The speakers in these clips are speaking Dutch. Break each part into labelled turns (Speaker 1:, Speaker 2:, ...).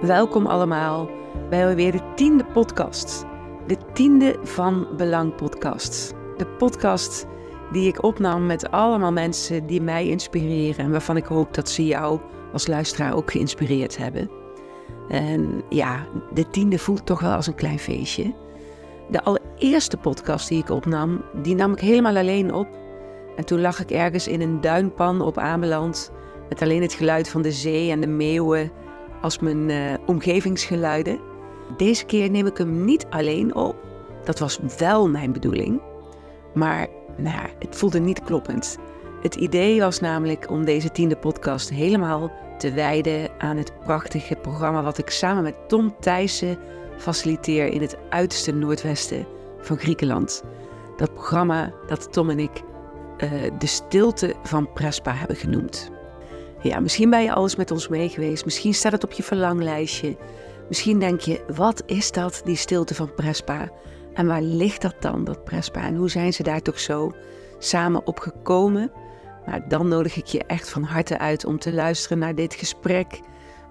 Speaker 1: Welkom allemaal bij weer de tiende podcast. De tiende Van Belang podcast. De podcast die ik opnam met allemaal mensen die mij inspireren en waarvan ik hoop dat ze jou als luisteraar ook geïnspireerd hebben. En ja, de tiende voelt toch wel als een klein feestje. De allereerste podcast die ik opnam, die nam ik helemaal alleen op. En toen lag ik ergens in een duinpan op Ameland met alleen het geluid van de zee en de meeuwen als mijn eh, omgevingsgeluiden. Deze keer neem ik hem niet alleen op. Dat was wel mijn bedoeling. Maar nou ja, het voelde niet kloppend. Het idee was namelijk om deze tiende podcast helemaal te wijden aan het prachtige programma wat ik samen met Tom Thijssen faciliteer in het uiterste noordwesten van Griekenland. Dat programma dat Tom en ik eh, de stilte van Prespa hebben genoemd. Ja, misschien ben je alles met ons mee geweest. Misschien staat het op je verlanglijstje. Misschien denk je, wat is dat, die stilte van Prespa? En waar ligt dat dan, dat Prespa? En hoe zijn ze daar toch zo samen op gekomen? Maar dan nodig ik je echt van harte uit om te luisteren naar dit gesprek.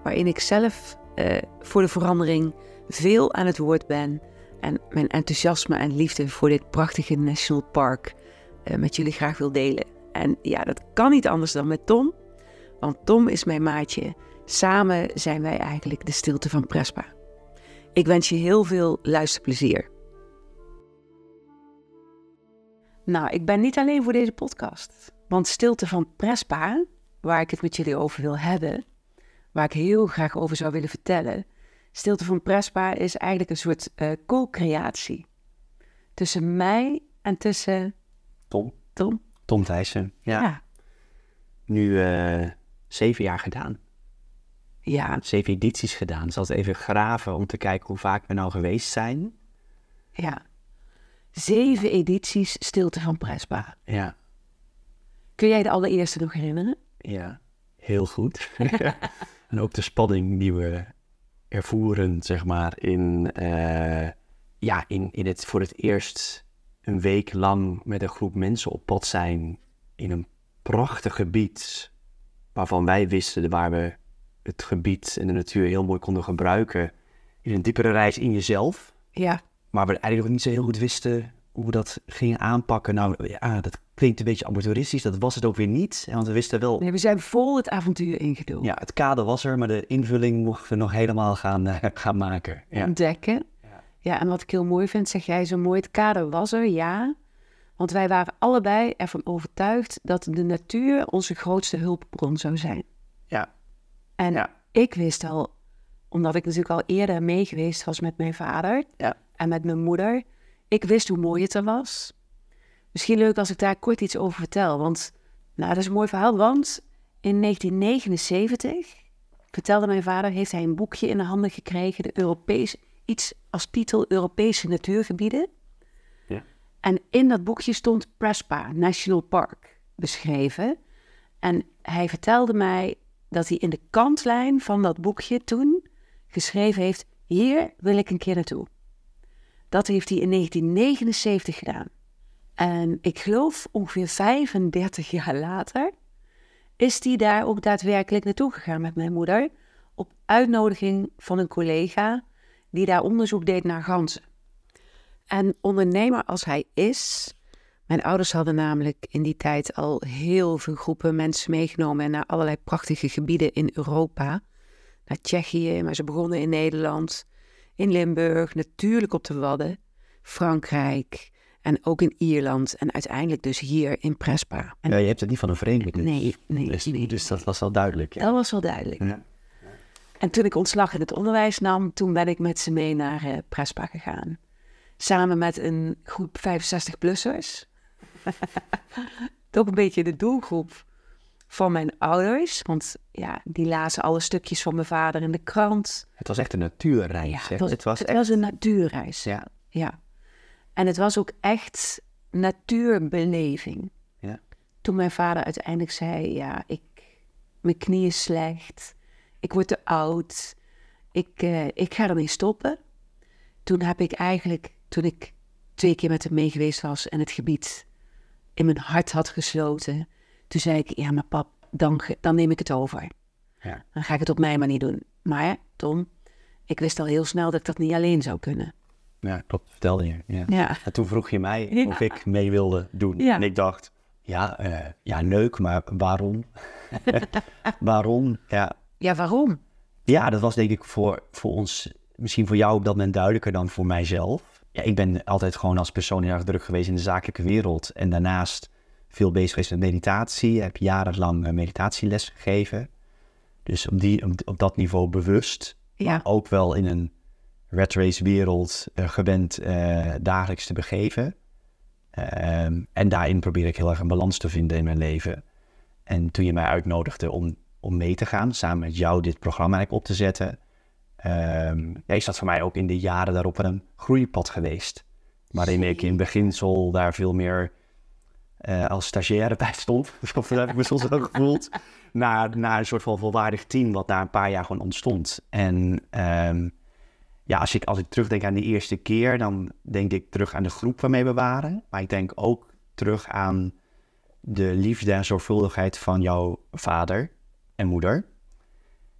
Speaker 1: Waarin ik zelf eh, voor de verandering veel aan het woord ben. En mijn enthousiasme en liefde voor dit prachtige National Park eh, met jullie graag wil delen. En ja, dat kan niet anders dan met Tom. Want Tom is mijn maatje. Samen zijn wij eigenlijk de stilte van Prespa. Ik wens je heel veel luisterplezier. Nou, ik ben niet alleen voor deze podcast. Want stilte van Prespa, waar ik het met jullie over wil hebben, waar ik heel graag over zou willen vertellen. Stilte van Prespa is eigenlijk een soort eh, co-creatie. Tussen mij en tussen
Speaker 2: Tom.
Speaker 1: Tom.
Speaker 2: Tom Thijssen. Ja.
Speaker 1: Ja,
Speaker 2: Nu eh, zeven jaar gedaan.
Speaker 1: ja,
Speaker 2: Zeven edities gedaan. Ik zal het even graven om te kijken hoe vaak we nou geweest zijn.
Speaker 1: ja. Zeven edities stilte van Prespa.
Speaker 2: Ja.
Speaker 1: Kun jij de allereerste nog herinneren?
Speaker 2: Ja. Heel goed. en ook de spanning die we ervoeren, zeg maar, in, eh, ja, in, in het voor het eerst een week lang met een groep mensen op pad zijn in een prachtig gebied waarvan wij wisten waar we het gebied en de natuur heel mooi konden gebruiken in een diepere reis in jezelf.
Speaker 1: Ja.
Speaker 2: Maar we eigenlijk nog niet zo heel goed wisten hoe we dat gingen aanpakken. Nou ja, dat klinkt een beetje amateuristisch. Dat was het ook weer niet. Want we wisten wel...
Speaker 1: Nee, we zijn vol het avontuur ingedoken.
Speaker 2: Ja, het kader was er, maar de invulling mochten we nog helemaal gaan, eh, gaan maken.
Speaker 1: Mm.
Speaker 2: Ja.
Speaker 1: Ontdekken. Ja. en wat ik heel mooi vind, zeg jij zo mooi, het kader was er, ja. Want wij waren allebei ervan overtuigd dat de natuur onze grootste hulpbron zou zijn.
Speaker 2: Ja.
Speaker 1: En
Speaker 2: Ja.
Speaker 1: ik wist al, omdat ik natuurlijk al eerder mee geweest was met mijn vader
Speaker 2: Ja.
Speaker 1: en met mijn moeder, ik wist hoe mooi het er was. Misschien leuk als ik daar kort iets over vertel, want nou, dat is een mooi verhaal, want in 1979 vertelde mijn vader, heeft hij een boekje in de handen gekregen, de Europees, iets als titel Europese natuurgebieden.
Speaker 2: Ja.
Speaker 1: En in dat boekje stond Prespa National Park beschreven. En hij vertelde mij dat hij in de kantlijn van dat boekje toen geschreven heeft: Hier wil ik een keer naartoe. Dat heeft hij in 1979 gedaan. En ik geloof ongeveer 35 jaar later is hij daar ook daadwerkelijk naartoe gegaan met mijn moeder. Op uitnodiging van een collega die daar onderzoek deed naar ganzen. En ondernemer als hij is. Mijn ouders hadden namelijk in die tijd al heel veel groepen mensen meegenomen en naar allerlei prachtige gebieden in Europa. Naar Tsjechië, maar ze begonnen in Nederland, in Limburg, natuurlijk op de Wadden, Frankrijk en ook in Ierland en uiteindelijk dus hier in Prespa. En
Speaker 2: Ja, je hebt het niet van een vreemde.
Speaker 1: Nee, nee,
Speaker 2: Dus,
Speaker 1: nee.
Speaker 2: dus dat was wel duidelijk. Ja.
Speaker 1: dat was wel duidelijk.
Speaker 2: Ja.
Speaker 1: En toen ik ontslag in het onderwijs nam, toen ben ik met ze mee naar eh, Prespa gegaan. Samen met een groep 65-plussers. Toch een beetje de doelgroep van mijn ouders. Want ja, die lazen alle stukjes van mijn vader in de krant.
Speaker 2: Het was echt een natuurreis. hè.
Speaker 1: het was,
Speaker 2: het was
Speaker 1: het
Speaker 2: echt...
Speaker 1: was een natuurreis.
Speaker 2: Ja.
Speaker 1: Ja. En het was ook echt natuurbeleving.
Speaker 2: Ja.
Speaker 1: Toen mijn vader uiteindelijk zei: Ja, ik, mijn knie is slecht. Ik word te oud. Ik, eh, ik ga ermee stoppen. Toen heb ik eigenlijk, toen ik twee keer met hem mee geweest was en het gebied in mijn hart had gesloten, toen zei ik: Ja, maar pap, dan, ge- dan neem ik het over.
Speaker 2: Ja.
Speaker 1: Dan ga ik het op mijn manier doen. Maar Tom, Ik wist al heel snel dat ik dat niet alleen zou kunnen.
Speaker 2: Ja, klopt. Vertelde je. Ja.
Speaker 1: Ja.
Speaker 2: En toen vroeg je mij
Speaker 1: Ja.
Speaker 2: of ik mee wilde doen.
Speaker 1: Ja.
Speaker 2: En ik dacht, ja, eh, ja, leuk, maar waarom? waarom? Ja.
Speaker 1: Ja, waarom?
Speaker 2: ja, dat was denk ik voor, voor ons, misschien voor jou op dat moment duidelijker dan voor mijzelf. Ja, ik ben altijd gewoon als persoon heel erg druk geweest in de zakelijke wereld. En daarnaast veel bezig geweest met meditatie. Heb jarenlang eh, meditatieles gegeven. Dus op, die, op, op dat niveau bewust
Speaker 1: Ja.
Speaker 2: ook wel in een red race wereld eh, gewend eh, dagelijks te begeven. Ehm, en daarin probeer ik heel erg een balans te vinden in mijn leven. En toen je mij uitnodigde om, om mee te gaan, samen met jou dit programma eigenlijk op te zetten, ehm, ja, is dat voor mij ook in de jaren daarop wel een groeipad geweest. Waarin ik in beginsel daar veel meer eh, als stagiaire bij stond. of dat heb ik me soms wel gevoeld. Naar, naar een soort van volwaardig team, wat na een paar jaar gewoon ontstond. En ehm, ja, als ik, als ik terugdenk aan die eerste keer, dan denk ik terug aan de groep waarmee we waren. Maar ik denk ook terug aan de liefde en zorgvuldigheid van jouw vader en moeder.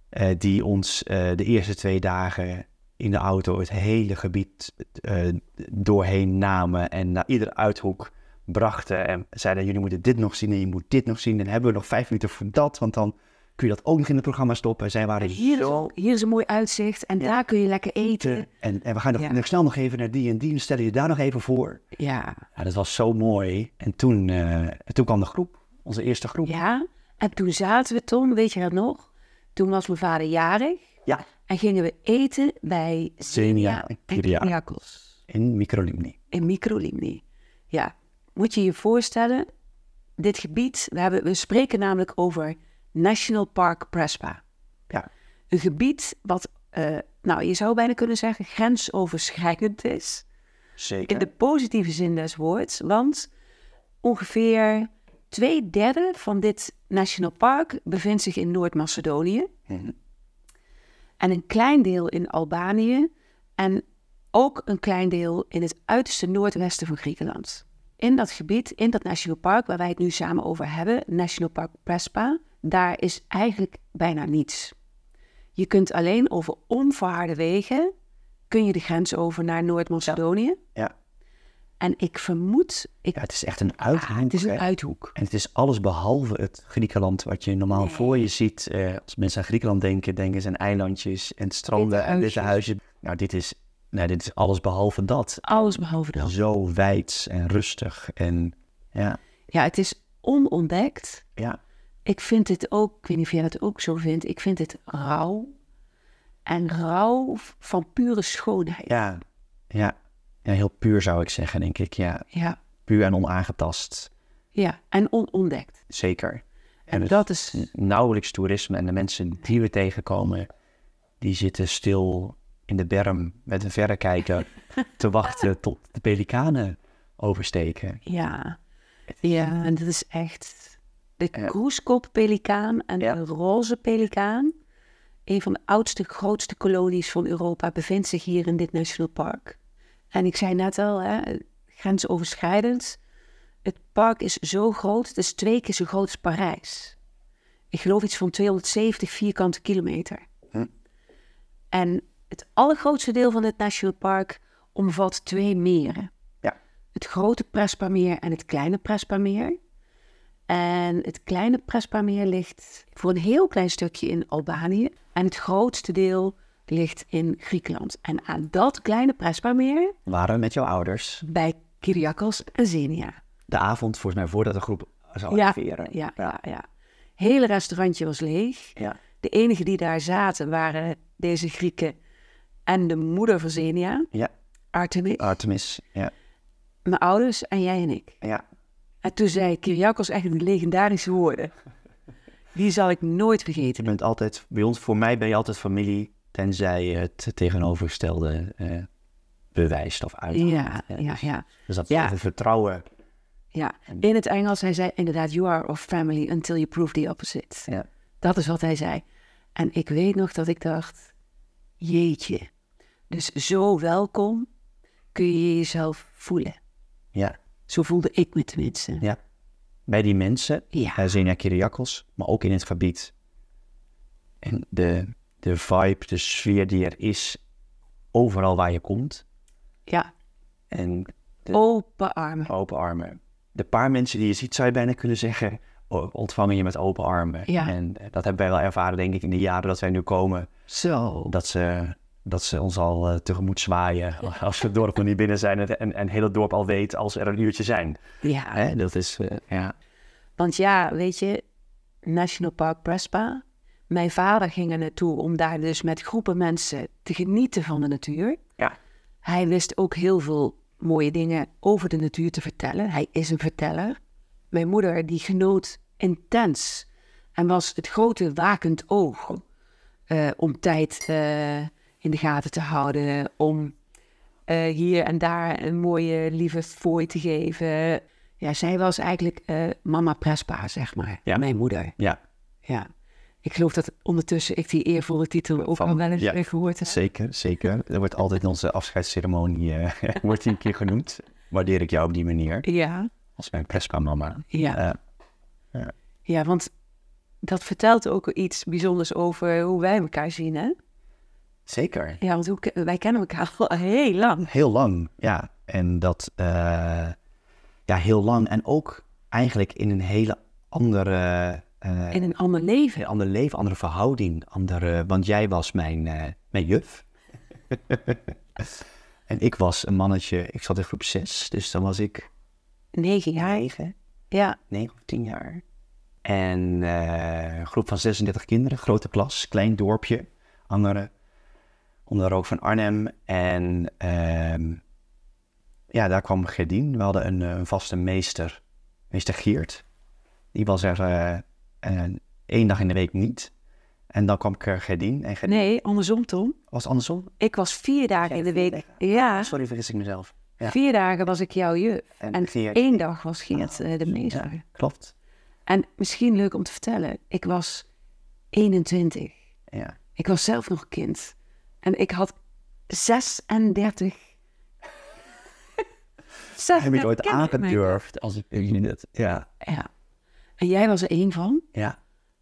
Speaker 2: eh, die ons eh, de eerste twee dagen in de auto het hele gebied eh, doorheen namen. En naar iedere uithoek brachten. En zeiden, jullie moeten dit nog zien en je moet dit nog zien. En hebben we nog vijf minuten voor dat, want dan kun je dat ook nog in het programma stoppen. En zij waren
Speaker 1: Hier is,
Speaker 2: zo
Speaker 1: een- hier is een mooi uitzicht en daar kun je lekker eten.
Speaker 2: en, en we gaan nog,
Speaker 1: Ja.
Speaker 2: nog snel nog even naar die en die en stellen je daar nog even voor.
Speaker 1: Ja.
Speaker 2: Ja, dat was zo mooi. En toen, eh, toen kwam de groep, onze eerste groep.
Speaker 1: Ja. En toen zaten we, Tom, weet je dat nog? Toen was mijn vader jarig
Speaker 2: Ja.
Speaker 1: en gingen we eten bij
Speaker 2: Zenia en Kyria.
Speaker 1: Kyriakos.
Speaker 2: in Microlumni.
Speaker 1: in microlimni. Ja, moet je je voorstellen, dit gebied, we, hebben, we spreken namelijk over National Park Prespa.
Speaker 2: Ja.
Speaker 1: Een gebied wat, eh, nou je zou bijna kunnen zeggen, grensoverschrijdend is.
Speaker 2: Zeker.
Speaker 1: In de positieve zin des woords, want ongeveer twee derde van dit national park bevindt zich in Noord-Macedonië. En een klein deel in Albanië en ook een klein deel in het uiterste noordwesten van Griekenland. In dat gebied, in dat national park waar wij het nu samen over hebben, National Park Prespa, daar is eigenlijk bijna niets. Je kunt alleen over onverharde wegen, kun je de grens over naar Noord-Macedonië.
Speaker 2: Ja.
Speaker 1: En ik vermoed, ik,
Speaker 2: ja, het is echt een uithoek.
Speaker 1: het is een
Speaker 2: hè.
Speaker 1: uithoek.
Speaker 2: En het is alles behalve het Griekenland wat je normaal voor je ziet. Eh, als mensen aan Griekenland denken, denken ze aan eilandjes en stranden en witte huizen. Nou, dit is, nou, dit is alles behalve dat.
Speaker 1: Alles behalve dat.
Speaker 2: Zo wijd en rustig en ja,
Speaker 1: Ja, het is onontdekt.
Speaker 2: ja.
Speaker 1: Ik vind het ook, ik weet niet of jij dat ook zo vindt, ik vind het rauw. En rauw van pure schoonheid.
Speaker 2: Ja, ja. ja heel puur zou ik zeggen, denk ik. Ja,
Speaker 1: Ja,
Speaker 2: puur en onaangetast.
Speaker 1: ja. en onontdekt.
Speaker 2: Zeker. En,
Speaker 1: En
Speaker 2: het
Speaker 1: dat is,
Speaker 2: is nauwelijks toerisme en de mensen die we tegenkomen, die zitten stil in de berm met een verrekijker te wachten tot de pelikanen oversteken.
Speaker 1: ja. Ja, en dat is echt de
Speaker 2: Ja.
Speaker 1: kroeskoppelikaan en
Speaker 2: Ja.
Speaker 1: de roze pelikaan. Een van de oudste, grootste kolonies van Europa bevindt zich hier in dit national park. En ik zei net al, hè, grensoverschrijdend. Het park is zo groot, het is twee keer zo groot als Parijs. Ik geloof iets van 270 vierkante kilometer.
Speaker 2: Hm.
Speaker 1: En het allergrootste deel van dit national park omvat twee meren.
Speaker 2: Ja.
Speaker 1: Het grote Prespameer en het kleine Prespameer. En het kleine Prespameer ligt voor een heel klein stukje in Albanië. En het grootste deel ligt in Griekenland. En aan dat kleine Prespameer
Speaker 2: Waren we met jouw ouders
Speaker 1: bij Kyriakos en Zenia.
Speaker 2: de avond, volgens mij voordat de groep zou arriveren.
Speaker 1: ja, ja, ja. Hele restaurantje was leeg.
Speaker 2: Ja.
Speaker 1: De enigen die daar zaten waren deze Grieken en de moeder van Zenia,
Speaker 2: ja.
Speaker 1: Artemis,
Speaker 2: Ah. Artemis. Ja.
Speaker 1: mijn ouders en jij en ik.
Speaker 2: ja.
Speaker 1: En toen zei Kyriakos echt die legendarische woorden. Die zal ik nooit vergeten.
Speaker 2: Je bent altijd, bij ons, voor mij ben je altijd familie, tenzij je het tegenovergestelde eh, bewijst of uit.
Speaker 1: Ja, ja, ja.
Speaker 2: Dus dat
Speaker 1: Ja.
Speaker 2: is het vertrouwen.
Speaker 1: ja. In het Engels, hij zei inderdaad, you are of family until you prove the opposite.
Speaker 2: Ja.
Speaker 1: Dat is wat hij zei. En ik weet nog dat ik dacht, jeetje. Dus zo welkom kun je jezelf voelen.
Speaker 2: ja,
Speaker 1: Zo voelde ik me tenminste.
Speaker 2: ja. Bij die mensen, eh,
Speaker 1: Ja.
Speaker 2: ja. Zenia Kyriakos, maar ook in het gebied. En de, de vibe, de sfeer die er is, overal waar je komt.
Speaker 1: Ja,
Speaker 2: En de
Speaker 1: open armen.
Speaker 2: open armen. De paar mensen die je ziet, zou je bijna kunnen zeggen, o- ontvangen je met open armen.
Speaker 1: Ja.
Speaker 2: En eh, dat hebben wij wel ervaren, denk ik, in de jaren dat wij nu komen.
Speaker 1: Zo.
Speaker 2: Dat ze, dat ze ons al eh, tegemoet zwaaien als we het dorp nog niet binnen zijn en, en, en heel het dorp al weet als er een uurtje zijn.
Speaker 1: Ja.
Speaker 2: Hè? Dat is, eh, ja.
Speaker 1: Want ja, weet je, National Park Prespa. Mijn vader ging er naartoe om daar dus met groepen mensen te genieten van de natuur.
Speaker 2: Ja.
Speaker 1: Hij wist ook heel veel mooie dingen over de natuur te vertellen. Hij is een verteller. Mijn moeder die genoot intens en was het grote wakend oog eh, om tijd eh, in de gaten te houden, om eh, hier en daar een mooie lieve fooi te geven. Ja, zij was eigenlijk eh, mama Prespa, zeg maar.
Speaker 2: Ja.
Speaker 1: Mijn moeder.
Speaker 2: ja,
Speaker 1: Ja. Ik geloof dat ondertussen ik die eervolle titel ook
Speaker 2: Van-
Speaker 1: al wel eens
Speaker 2: ja.
Speaker 1: eh, gehoord heb.
Speaker 2: zeker, zeker. Er wordt altijd in onze afscheidsceremonie eh, wordt die een keer genoemd. Waardeer ik jou op die manier,
Speaker 1: Ja,
Speaker 2: als mijn Prespa-mama.
Speaker 1: ja.
Speaker 2: Eh,
Speaker 1: Ja, want dat vertelt ook iets bijzonders over hoe wij elkaar zien, hè?
Speaker 2: zeker.
Speaker 1: Ja, want hoe, ke- wij kennen elkaar al heel lang.
Speaker 2: Heel lang, ja. En dat, eh, ja, heel lang. En ook eigenlijk in een hele andere, eh,
Speaker 1: In een ander leven.
Speaker 2: een ander leven, andere verhouding. Andere, want jij was mijn, eh, mijn juf. en ik was een mannetje, ik zat in groep 6, dus dan was ik
Speaker 1: Negen jaar.
Speaker 2: negen,
Speaker 1: Ja,
Speaker 2: 9 of 10 jaar. En eh, een groep van 36 kinderen, grote klas, klein dorpje, Angeren, onder de rook van Arnhem. En ehm, ja, daar kwam Gerdien. We hadden een, eh, een vaste meester, meester Geert. Die was er eh, eh, één dag in de week niet. En dan kwam Ger- Gerdien. En Gerdien
Speaker 1: nee, andersom, Tom.
Speaker 2: was het andersom.
Speaker 1: Ik was vier dagen in de
Speaker 2: vier
Speaker 1: week. Ja,
Speaker 2: Sorry, vergis ik mezelf. Ja.
Speaker 1: vier dagen was ik jouw juf. En
Speaker 2: Geert-
Speaker 1: één dag was Geert eh, de meester.
Speaker 2: Ja, klopt.
Speaker 1: En misschien leuk om te vertellen, ik was 21.
Speaker 2: Ja.
Speaker 1: Ik was zelf nog kind. En ik had 36.
Speaker 2: Heb ik ooit
Speaker 1: kinderen in mijn-
Speaker 2: aangedurfd? Als ik, ja.
Speaker 1: Ja. En jij was er één van.
Speaker 2: Ja.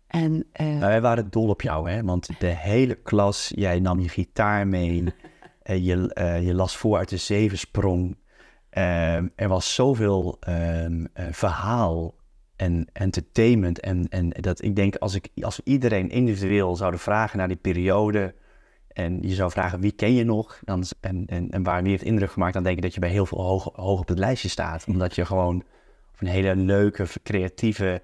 Speaker 1: En eh,
Speaker 2: Nou, wij waren dol op jou, hè? Want de hele klas, jij nam je gitaar mee. eh, je, eh, je las voor uit de zevensprong. Ehm, er was zoveel ehm, eh, verhaal en entertainment. En, en dat ik denk, als, ik, als we iedereen individueel zouden vragen naar die periode. En je zou vragen, wie ken je nog? Dan, is- en, en, en waar wie heeft indruk gemaakt? Dan denk ik dat je bij heel veel hoog, hoog op het lijstje staat. Omdat je gewoon op een hele leuke, creatieve...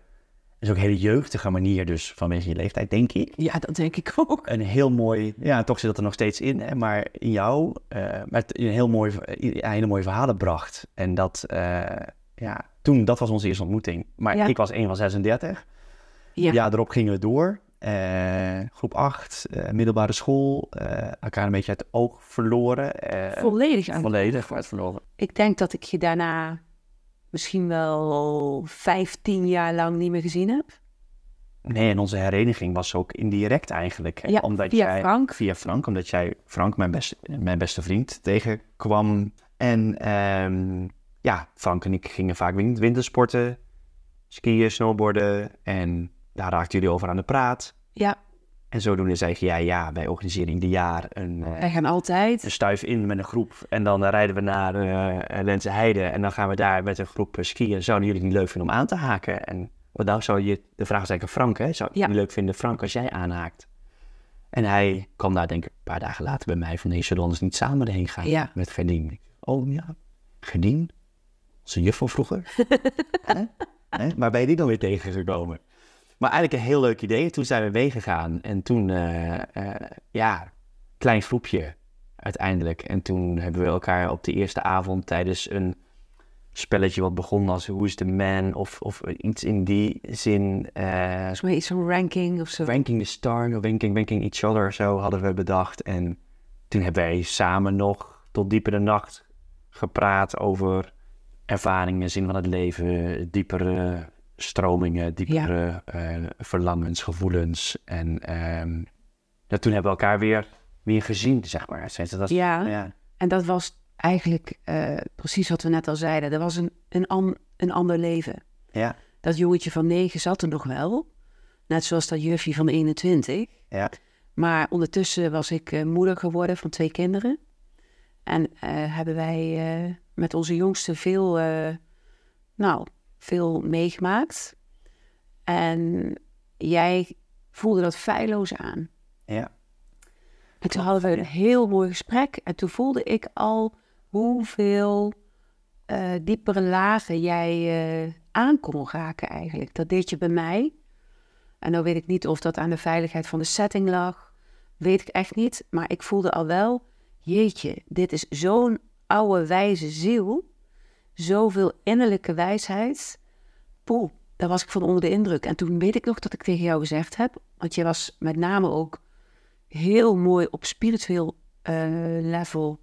Speaker 2: Dus ook een hele jeugdige manier dus vanwege je leeftijd, denk ik
Speaker 1: ja, dat denk ik ook.
Speaker 2: een heel mooi, ja, toch zit dat er nog steeds in, hè, maar in jou, eh, maar het- een heel mooi, ja, hele mooie verhalen bracht. En dat, eh, ja, toen, dat was onze eerste ontmoeting. Maar
Speaker 1: Ja.
Speaker 2: ik was één van 36.
Speaker 1: Ja.
Speaker 2: Ja, daarop gingen we door. Eh, groep 8, eh, middelbare school, eh, elkaar een beetje uit het oog verloren. eh,
Speaker 1: Volledig aan.
Speaker 2: volledig uit verloren.
Speaker 1: Ik denk dat ik je daarna misschien wel 15 jaar lang niet meer gezien heb.
Speaker 2: Nee, en onze hereniging was ook indirect eigenlijk. hè,
Speaker 1: Ja,
Speaker 2: omdat
Speaker 1: via
Speaker 2: jij,
Speaker 1: Frank.
Speaker 2: Via Frank, omdat jij Frank, mijn beste, mijn beste vriend, tegenkwam. En ehm, ja, Frank en ik gingen vaak win- wintersporten, skiën, snowboarden. En daar raakten jullie over aan de praat.
Speaker 1: Ja,
Speaker 2: En zodoende zei jij, ja, wij organiseren ieder jaar een, eh,
Speaker 1: wij gaan altijd.
Speaker 2: een stuif in met een groep. En dan eh, rijden we naar eh Lense Heide. En dan gaan we daar met een groep eh, skiën. Zouden jullie het niet leuk vinden om aan te haken? En wat nou zou je, de vraag is eigenlijk aan Frank, hè? Zou je
Speaker 1: Ja.
Speaker 2: het niet leuk vinden, Frank, als jij aanhaakt? En hij kwam daar denk ik een paar dagen later bij mij van... Nee, zullen we anders niet samen heen gaan
Speaker 1: Ja.
Speaker 2: met Gerdien? Ik, Oh ja, Gerdien? Onze juf van vroeger? Hè? Hè? Maar ben je die dan weer tegengekomen? Maar eigenlijk een heel leuk idee. Toen zijn we meegegaan. En toen, eh, eh, ja, klein groepje uiteindelijk. En toen hebben we elkaar op de eerste avond tijdens een spelletje wat begon als Who's the Man of, of iets in die zin. eh,
Speaker 1: Volgens mij iets zo'n ranking of zo.
Speaker 2: ranking the Star, of Ranking, Ranking Each Other, zo hadden we bedacht. En toen hebben wij samen nog tot diep in de nacht gepraat over ervaringen, zin van het leven, diepere stromingen, diepere eh, verlangens, gevoelens. En ehm, ja, toen hebben we elkaar weer, weer gezien, zeg maar. Sinds Dat was-
Speaker 1: Ja.
Speaker 2: ja.
Speaker 1: En dat was eigenlijk eh, precies wat we net al zeiden. Er was een, een, an- een ander leven.
Speaker 2: Ja,
Speaker 1: Dat jongetje van negen zat er nog wel. Net zoals dat jufje van 21.
Speaker 2: ja,
Speaker 1: Maar ondertussen was ik eh, moeder geworden van twee kinderen. En eh, hebben wij eh, met onze jongste veel, eh, nou, veel meegemaakt. En jij voelde dat feilloos aan.
Speaker 2: Ja.
Speaker 1: En toen hadden we een heel mooi gesprek. En toen voelde ik al hoeveel eh, diepere lagen jij eh, aan kon raken eigenlijk. Dat deed je bij mij. En dan weet ik niet of dat aan de veiligheid van de setting lag. Weet ik echt niet. Maar ik voelde al wel, jeetje, dit is zo'n oude wijze ziel. Zoveel innerlijke wijsheid. Poeh, daar was ik van onder de indruk. En toen weet ik nog dat ik tegen jou gezegd heb, want je was met name ook heel mooi op spiritueel eh, level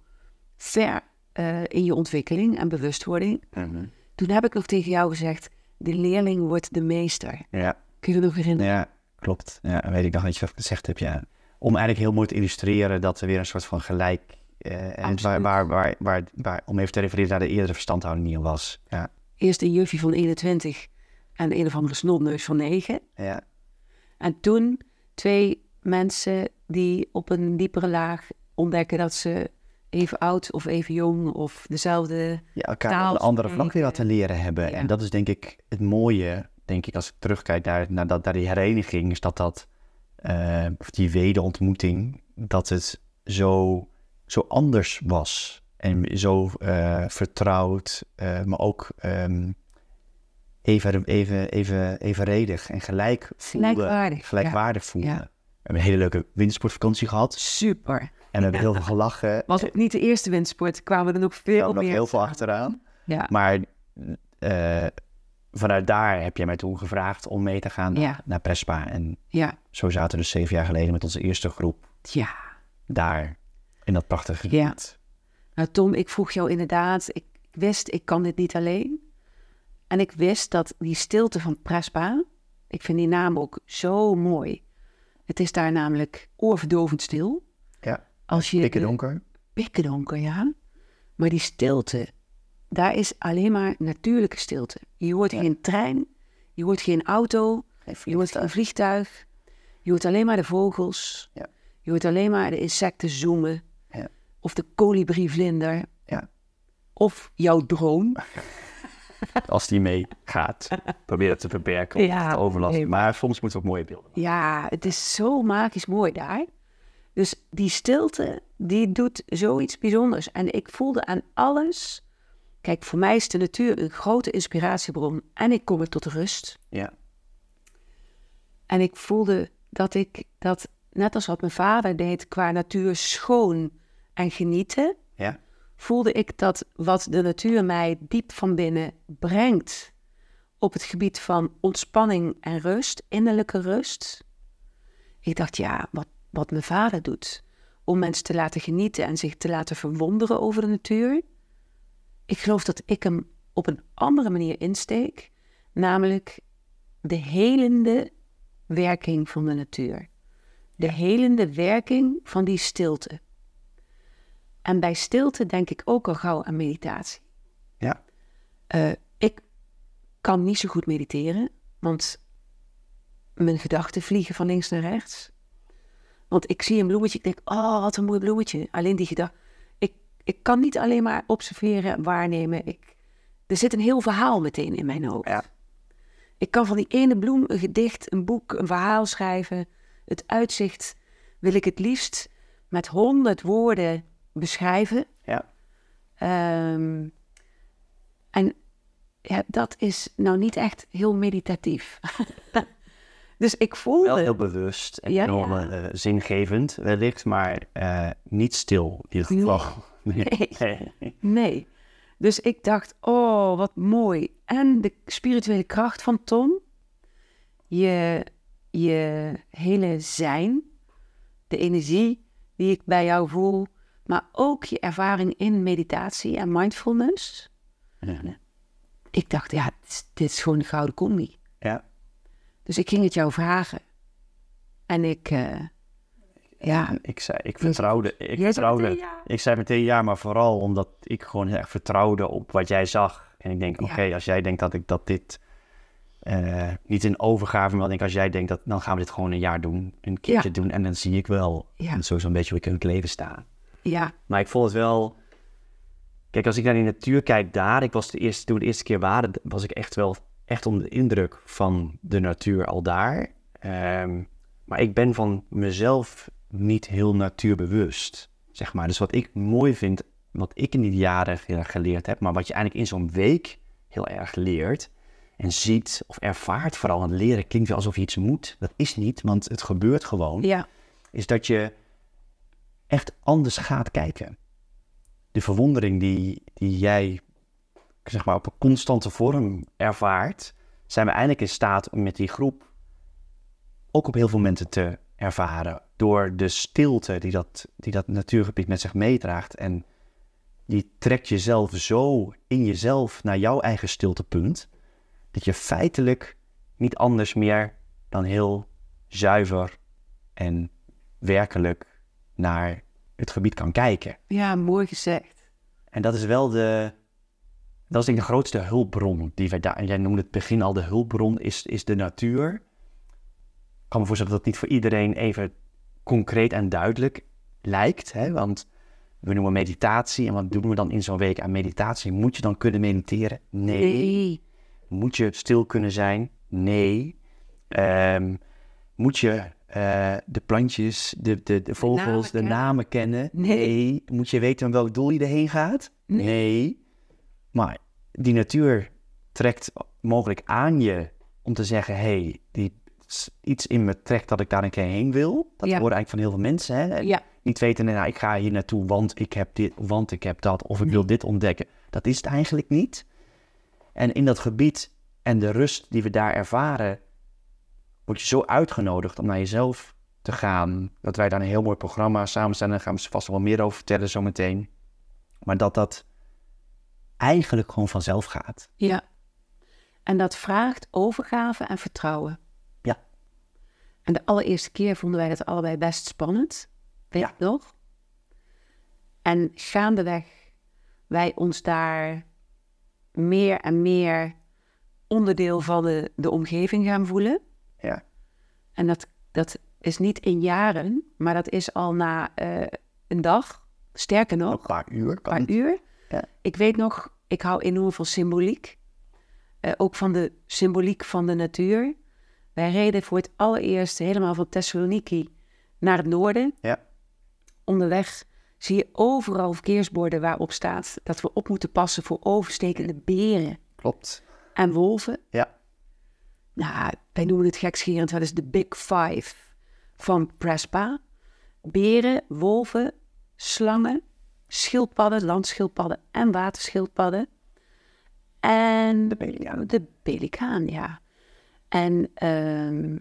Speaker 1: ver eh, in je ontwikkeling en bewustwording.
Speaker 2: Mhm.
Speaker 1: Toen heb ik nog tegen jou gezegd, de leerling wordt de meester.
Speaker 2: ja.
Speaker 1: Kun je dat nog herinneren?
Speaker 2: Nou Ja, klopt. Ja, dan weet ik nog dat je dat gezegd hebt, ja. Om eigenlijk heel mooi te illustreren dat er weer een soort van gelijk... eh, en
Speaker 1: Absoluut.
Speaker 2: waar, waar, waar, waar, waar- om even te refereren naar de eerdere verstandhouding die er was. Ja,
Speaker 1: Eerst een juffie van 21 en een of andere snotneus van 9.
Speaker 2: ja,
Speaker 1: En toen twee mensen die op een diepere laag ontdekken dat ze even oud of even jong of dezelfde
Speaker 2: ja elkaar
Speaker 1: Taal
Speaker 2: op een andere
Speaker 1: spreken.
Speaker 2: vlak weer wat te leren hebben. En dat is denk ik het mooie, denk ik, als ik terugkijk naar, naar, dat, naar die hereniging, is dat dat, eh, of die wederontmoeting, dat het zo, zo anders was. En zo eh, vertrouwd, eh, maar ook ehm, even, even, even, evenredig en gelijk voelde.
Speaker 1: Gelijkwaardig,
Speaker 2: Gelijkwaardig voelde.
Speaker 1: Ja.
Speaker 2: We hebben een hele leuke wintersportvakantie gehad.
Speaker 1: super.
Speaker 2: En we hebben heel veel gelachen.
Speaker 1: Was ook niet de eerste winsport, kwamen er nog
Speaker 2: Er
Speaker 1: veel
Speaker 2: kwam nog
Speaker 1: meer.
Speaker 2: heel veel achteraan.
Speaker 1: Ja.
Speaker 2: Maar eh, vanuit daar heb jij mij toen gevraagd om mee te gaan
Speaker 1: Ja.
Speaker 2: naar Prespa. En
Speaker 1: ja,
Speaker 2: zo zaten we dus zeven jaar geleden met onze eerste groep
Speaker 1: ja.
Speaker 2: daar in dat prachtige gebied.
Speaker 1: Nou, Tom, ik vroeg jou inderdaad, ik ik wist, ik kan dit niet alleen. En ik wist dat die stilte van Prespa, ik vind die naam ook zo mooi. Het is daar namelijk oorverdovend stil.
Speaker 2: Ja,
Speaker 1: Als je
Speaker 2: dikke
Speaker 1: de-
Speaker 2: donker.
Speaker 1: pikkerdonker, ja. Maar die stilte, daar is alleen maar natuurlijke stilte. Je hoort geen trein, je hoort geen auto, je hoort geen vliegtuig. Je hoort alleen maar de vogels.
Speaker 2: Ja.
Speaker 1: Je hoort alleen maar de insecten zoomen.
Speaker 2: Ja.
Speaker 1: Of de kolibrievlinder.
Speaker 2: Ja.
Speaker 1: Of jouw drone.
Speaker 2: Als die mee gaat, probeer dat te beperken.
Speaker 1: om Ja,
Speaker 2: te
Speaker 1: te
Speaker 2: overlast.
Speaker 1: overlasten. nee.
Speaker 2: Maar soms moeten we ook mooie beelden
Speaker 1: Ja, het is zo magisch mooi daar. Dus die stilte, die doet zoiets bijzonders. En ik voelde aan alles... Kijk, voor mij is de natuur een grote inspiratiebron. En ik kom er tot rust.
Speaker 2: Ja,
Speaker 1: En ik voelde dat ik dat, net als wat mijn vader deed, qua natuur schoon en genieten,
Speaker 2: ja,
Speaker 1: voelde ik dat wat de natuur mij diep van binnen brengt op het gebied van ontspanning en rust, innerlijke rust. Ik dacht, ja, wat, wat mijn vader doet om mensen te laten genieten en zich te laten verwonderen over de natuur. Ik geloof dat ik hem op een andere manier insteek, namelijk de helende werking van de natuur. De helende werking van die stilte. En bij stilte denk ik ook al gauw aan meditatie.
Speaker 2: ja,
Speaker 1: Eh, ik kan niet zo goed mediteren, want mijn gedachten vliegen van links naar rechts. Want ik zie een bloemetje, ik denk, oh, wat een mooi bloemetje. Alleen die gedachte. Ik, ik kan niet alleen maar observeren, waarnemen. Ik, er zit een heel verhaal meteen in mijn hoofd.
Speaker 2: Ja.
Speaker 1: Ik kan van die ene bloem een gedicht, een boek, een verhaal schrijven. Het uitzicht wil ik het liefst met honderd woorden beschrijven.
Speaker 2: ja.
Speaker 1: Ehm, en ja, dat is nou niet echt heel meditatief. dus ik
Speaker 2: Wel
Speaker 1: voelde
Speaker 2: heel bewust en
Speaker 1: Ja,
Speaker 2: enorm eh, zingevend wellicht, maar eh, niet stil in ieder geval. Nee.
Speaker 1: nee. Dus ik dacht, oh, wat mooi. En de spirituele kracht van Tom. Je, je hele zijn. De energie die ik bij jou voel. Maar ook je ervaring in meditatie en mindfulness. Ik dacht, ja, dit is, dit is gewoon een gouden combi.
Speaker 2: Ja.
Speaker 1: Dus ik ging het jou vragen. En ik, eh, ja,
Speaker 2: Ik zei, ik vertrouwde.
Speaker 1: Dus
Speaker 2: Ik,
Speaker 1: zei
Speaker 2: vertrouwde,
Speaker 1: meteen ja.
Speaker 2: ik zei meteen ja, maar vooral omdat ik gewoon heel erg vertrouwde op wat jij zag. En ik denk, oké, als jij denkt dat ik dat dit Eh, niet in overgave, maar ik denk als jij denkt dat dan gaan we dit gewoon een jaar doen, een keertje doen en dan zie ik wel
Speaker 1: Ja.
Speaker 2: zo zo'n beetje hoe ik in het leven sta.
Speaker 1: Ja,
Speaker 2: Maar ik vond het wel. Kijk, als ik naar die natuur kijk daar, ik was de eerste, toen we de eerste keer waren, was ik echt wel echt onder de indruk van de natuur al daar. Ehm, maar ik ben van mezelf niet heel natuurbewust, zeg maar. Dus wat ik mooi vind, wat ik in die jaren heel erg geleerd heb, maar wat je eigenlijk in zo'n week heel erg leert en ziet of ervaart vooral. Want leren klinkt wel alsof je iets moet. Dat is niet, want het gebeurt gewoon
Speaker 1: ja,
Speaker 2: is dat je echt anders gaat kijken. De verwondering die, die jij zeg maar, op een constante vorm ervaart, zijn we eindelijk in staat om met die groep ook op heel veel momenten te ervaren. Door de stilte die dat, die dat natuurgebied met zich meedraagt. En die trekt jezelf zo in jezelf naar jouw eigen stiltepunt, dat je feitelijk niet anders meer dan heel zuiver en werkelijk naar het gebied kan kijken.
Speaker 1: ja, mooi gezegd.
Speaker 2: En dat is wel de. Dat is denk ik de grootste hulpbron die wij daar. En jij noemde het begin al de hulpbron, is, is de natuur. Ik kan me voorstellen dat dat niet voor iedereen even concreet en duidelijk lijkt. Hè? Want we noemen meditatie. En wat doen we dan in zo'n week aan meditatie? Moet je dan kunnen mediteren? nee.
Speaker 1: Nee.
Speaker 2: Moet je stil kunnen zijn? Nee. Ehm, moet je eh, de plantjes, de, de, de vogels, de
Speaker 1: kennen.
Speaker 2: namen kennen?
Speaker 1: Nee.
Speaker 2: Moet je weten om welk doel je erheen gaat? Nee. Maar die natuur trekt mogelijk aan je om te zeggen... hey, die, s- iets in me trekt dat ik daar een keer heen wil. Dat
Speaker 1: Ja.
Speaker 2: hoor eigenlijk van heel veel mensen. Hè? En
Speaker 1: Ja.
Speaker 2: Niet weten, nou, ik ga hier naartoe, want ik heb dit, want ik heb dat... of ik wil dit ontdekken. Dat is het eigenlijk niet. En in dat gebied en de rust die we daar ervaren, word je zo uitgenodigd om naar jezelf te gaan. Dat wij daar een heel mooi programma samen zijn. Daar gaan we vast wel meer over vertellen zometeen. Maar dat dat eigenlijk gewoon vanzelf gaat.
Speaker 1: Ja. En dat vraagt overgave en vertrouwen.
Speaker 2: Ja.
Speaker 1: En de allereerste keer vonden wij dat allebei best spannend. Weet
Speaker 2: Ja.
Speaker 1: je nog? En gaandeweg wij ons daar meer en meer onderdeel van de, de omgeving gaan voelen.
Speaker 2: Ja.
Speaker 1: En dat, dat is niet in jaren, maar dat is al na eh, een dag. Sterker nog,
Speaker 2: Een paar uur. Kan
Speaker 1: een
Speaker 2: het.
Speaker 1: paar uur.
Speaker 2: Oh, Ja.
Speaker 1: Ik weet nog, ik hou enorm van symboliek. Eh, ook van de symboliek van de natuur. Wij reden voor het allereerst helemaal van Thessaloniki naar het noorden.
Speaker 2: Ja.
Speaker 1: Onderweg zie je overal verkeersborden waarop staat dat we op moeten passen voor overstekende beren
Speaker 2: Klopt.
Speaker 1: en wolven.
Speaker 2: Ja.
Speaker 1: Nou, wij noemen het gekscherend wel eens de Big Five van Prespa. Beren, wolven, slangen, schildpadden, landschildpadden en waterschildpadden. En de
Speaker 2: pelikaan.
Speaker 1: De pelikaan, ja. En ehm,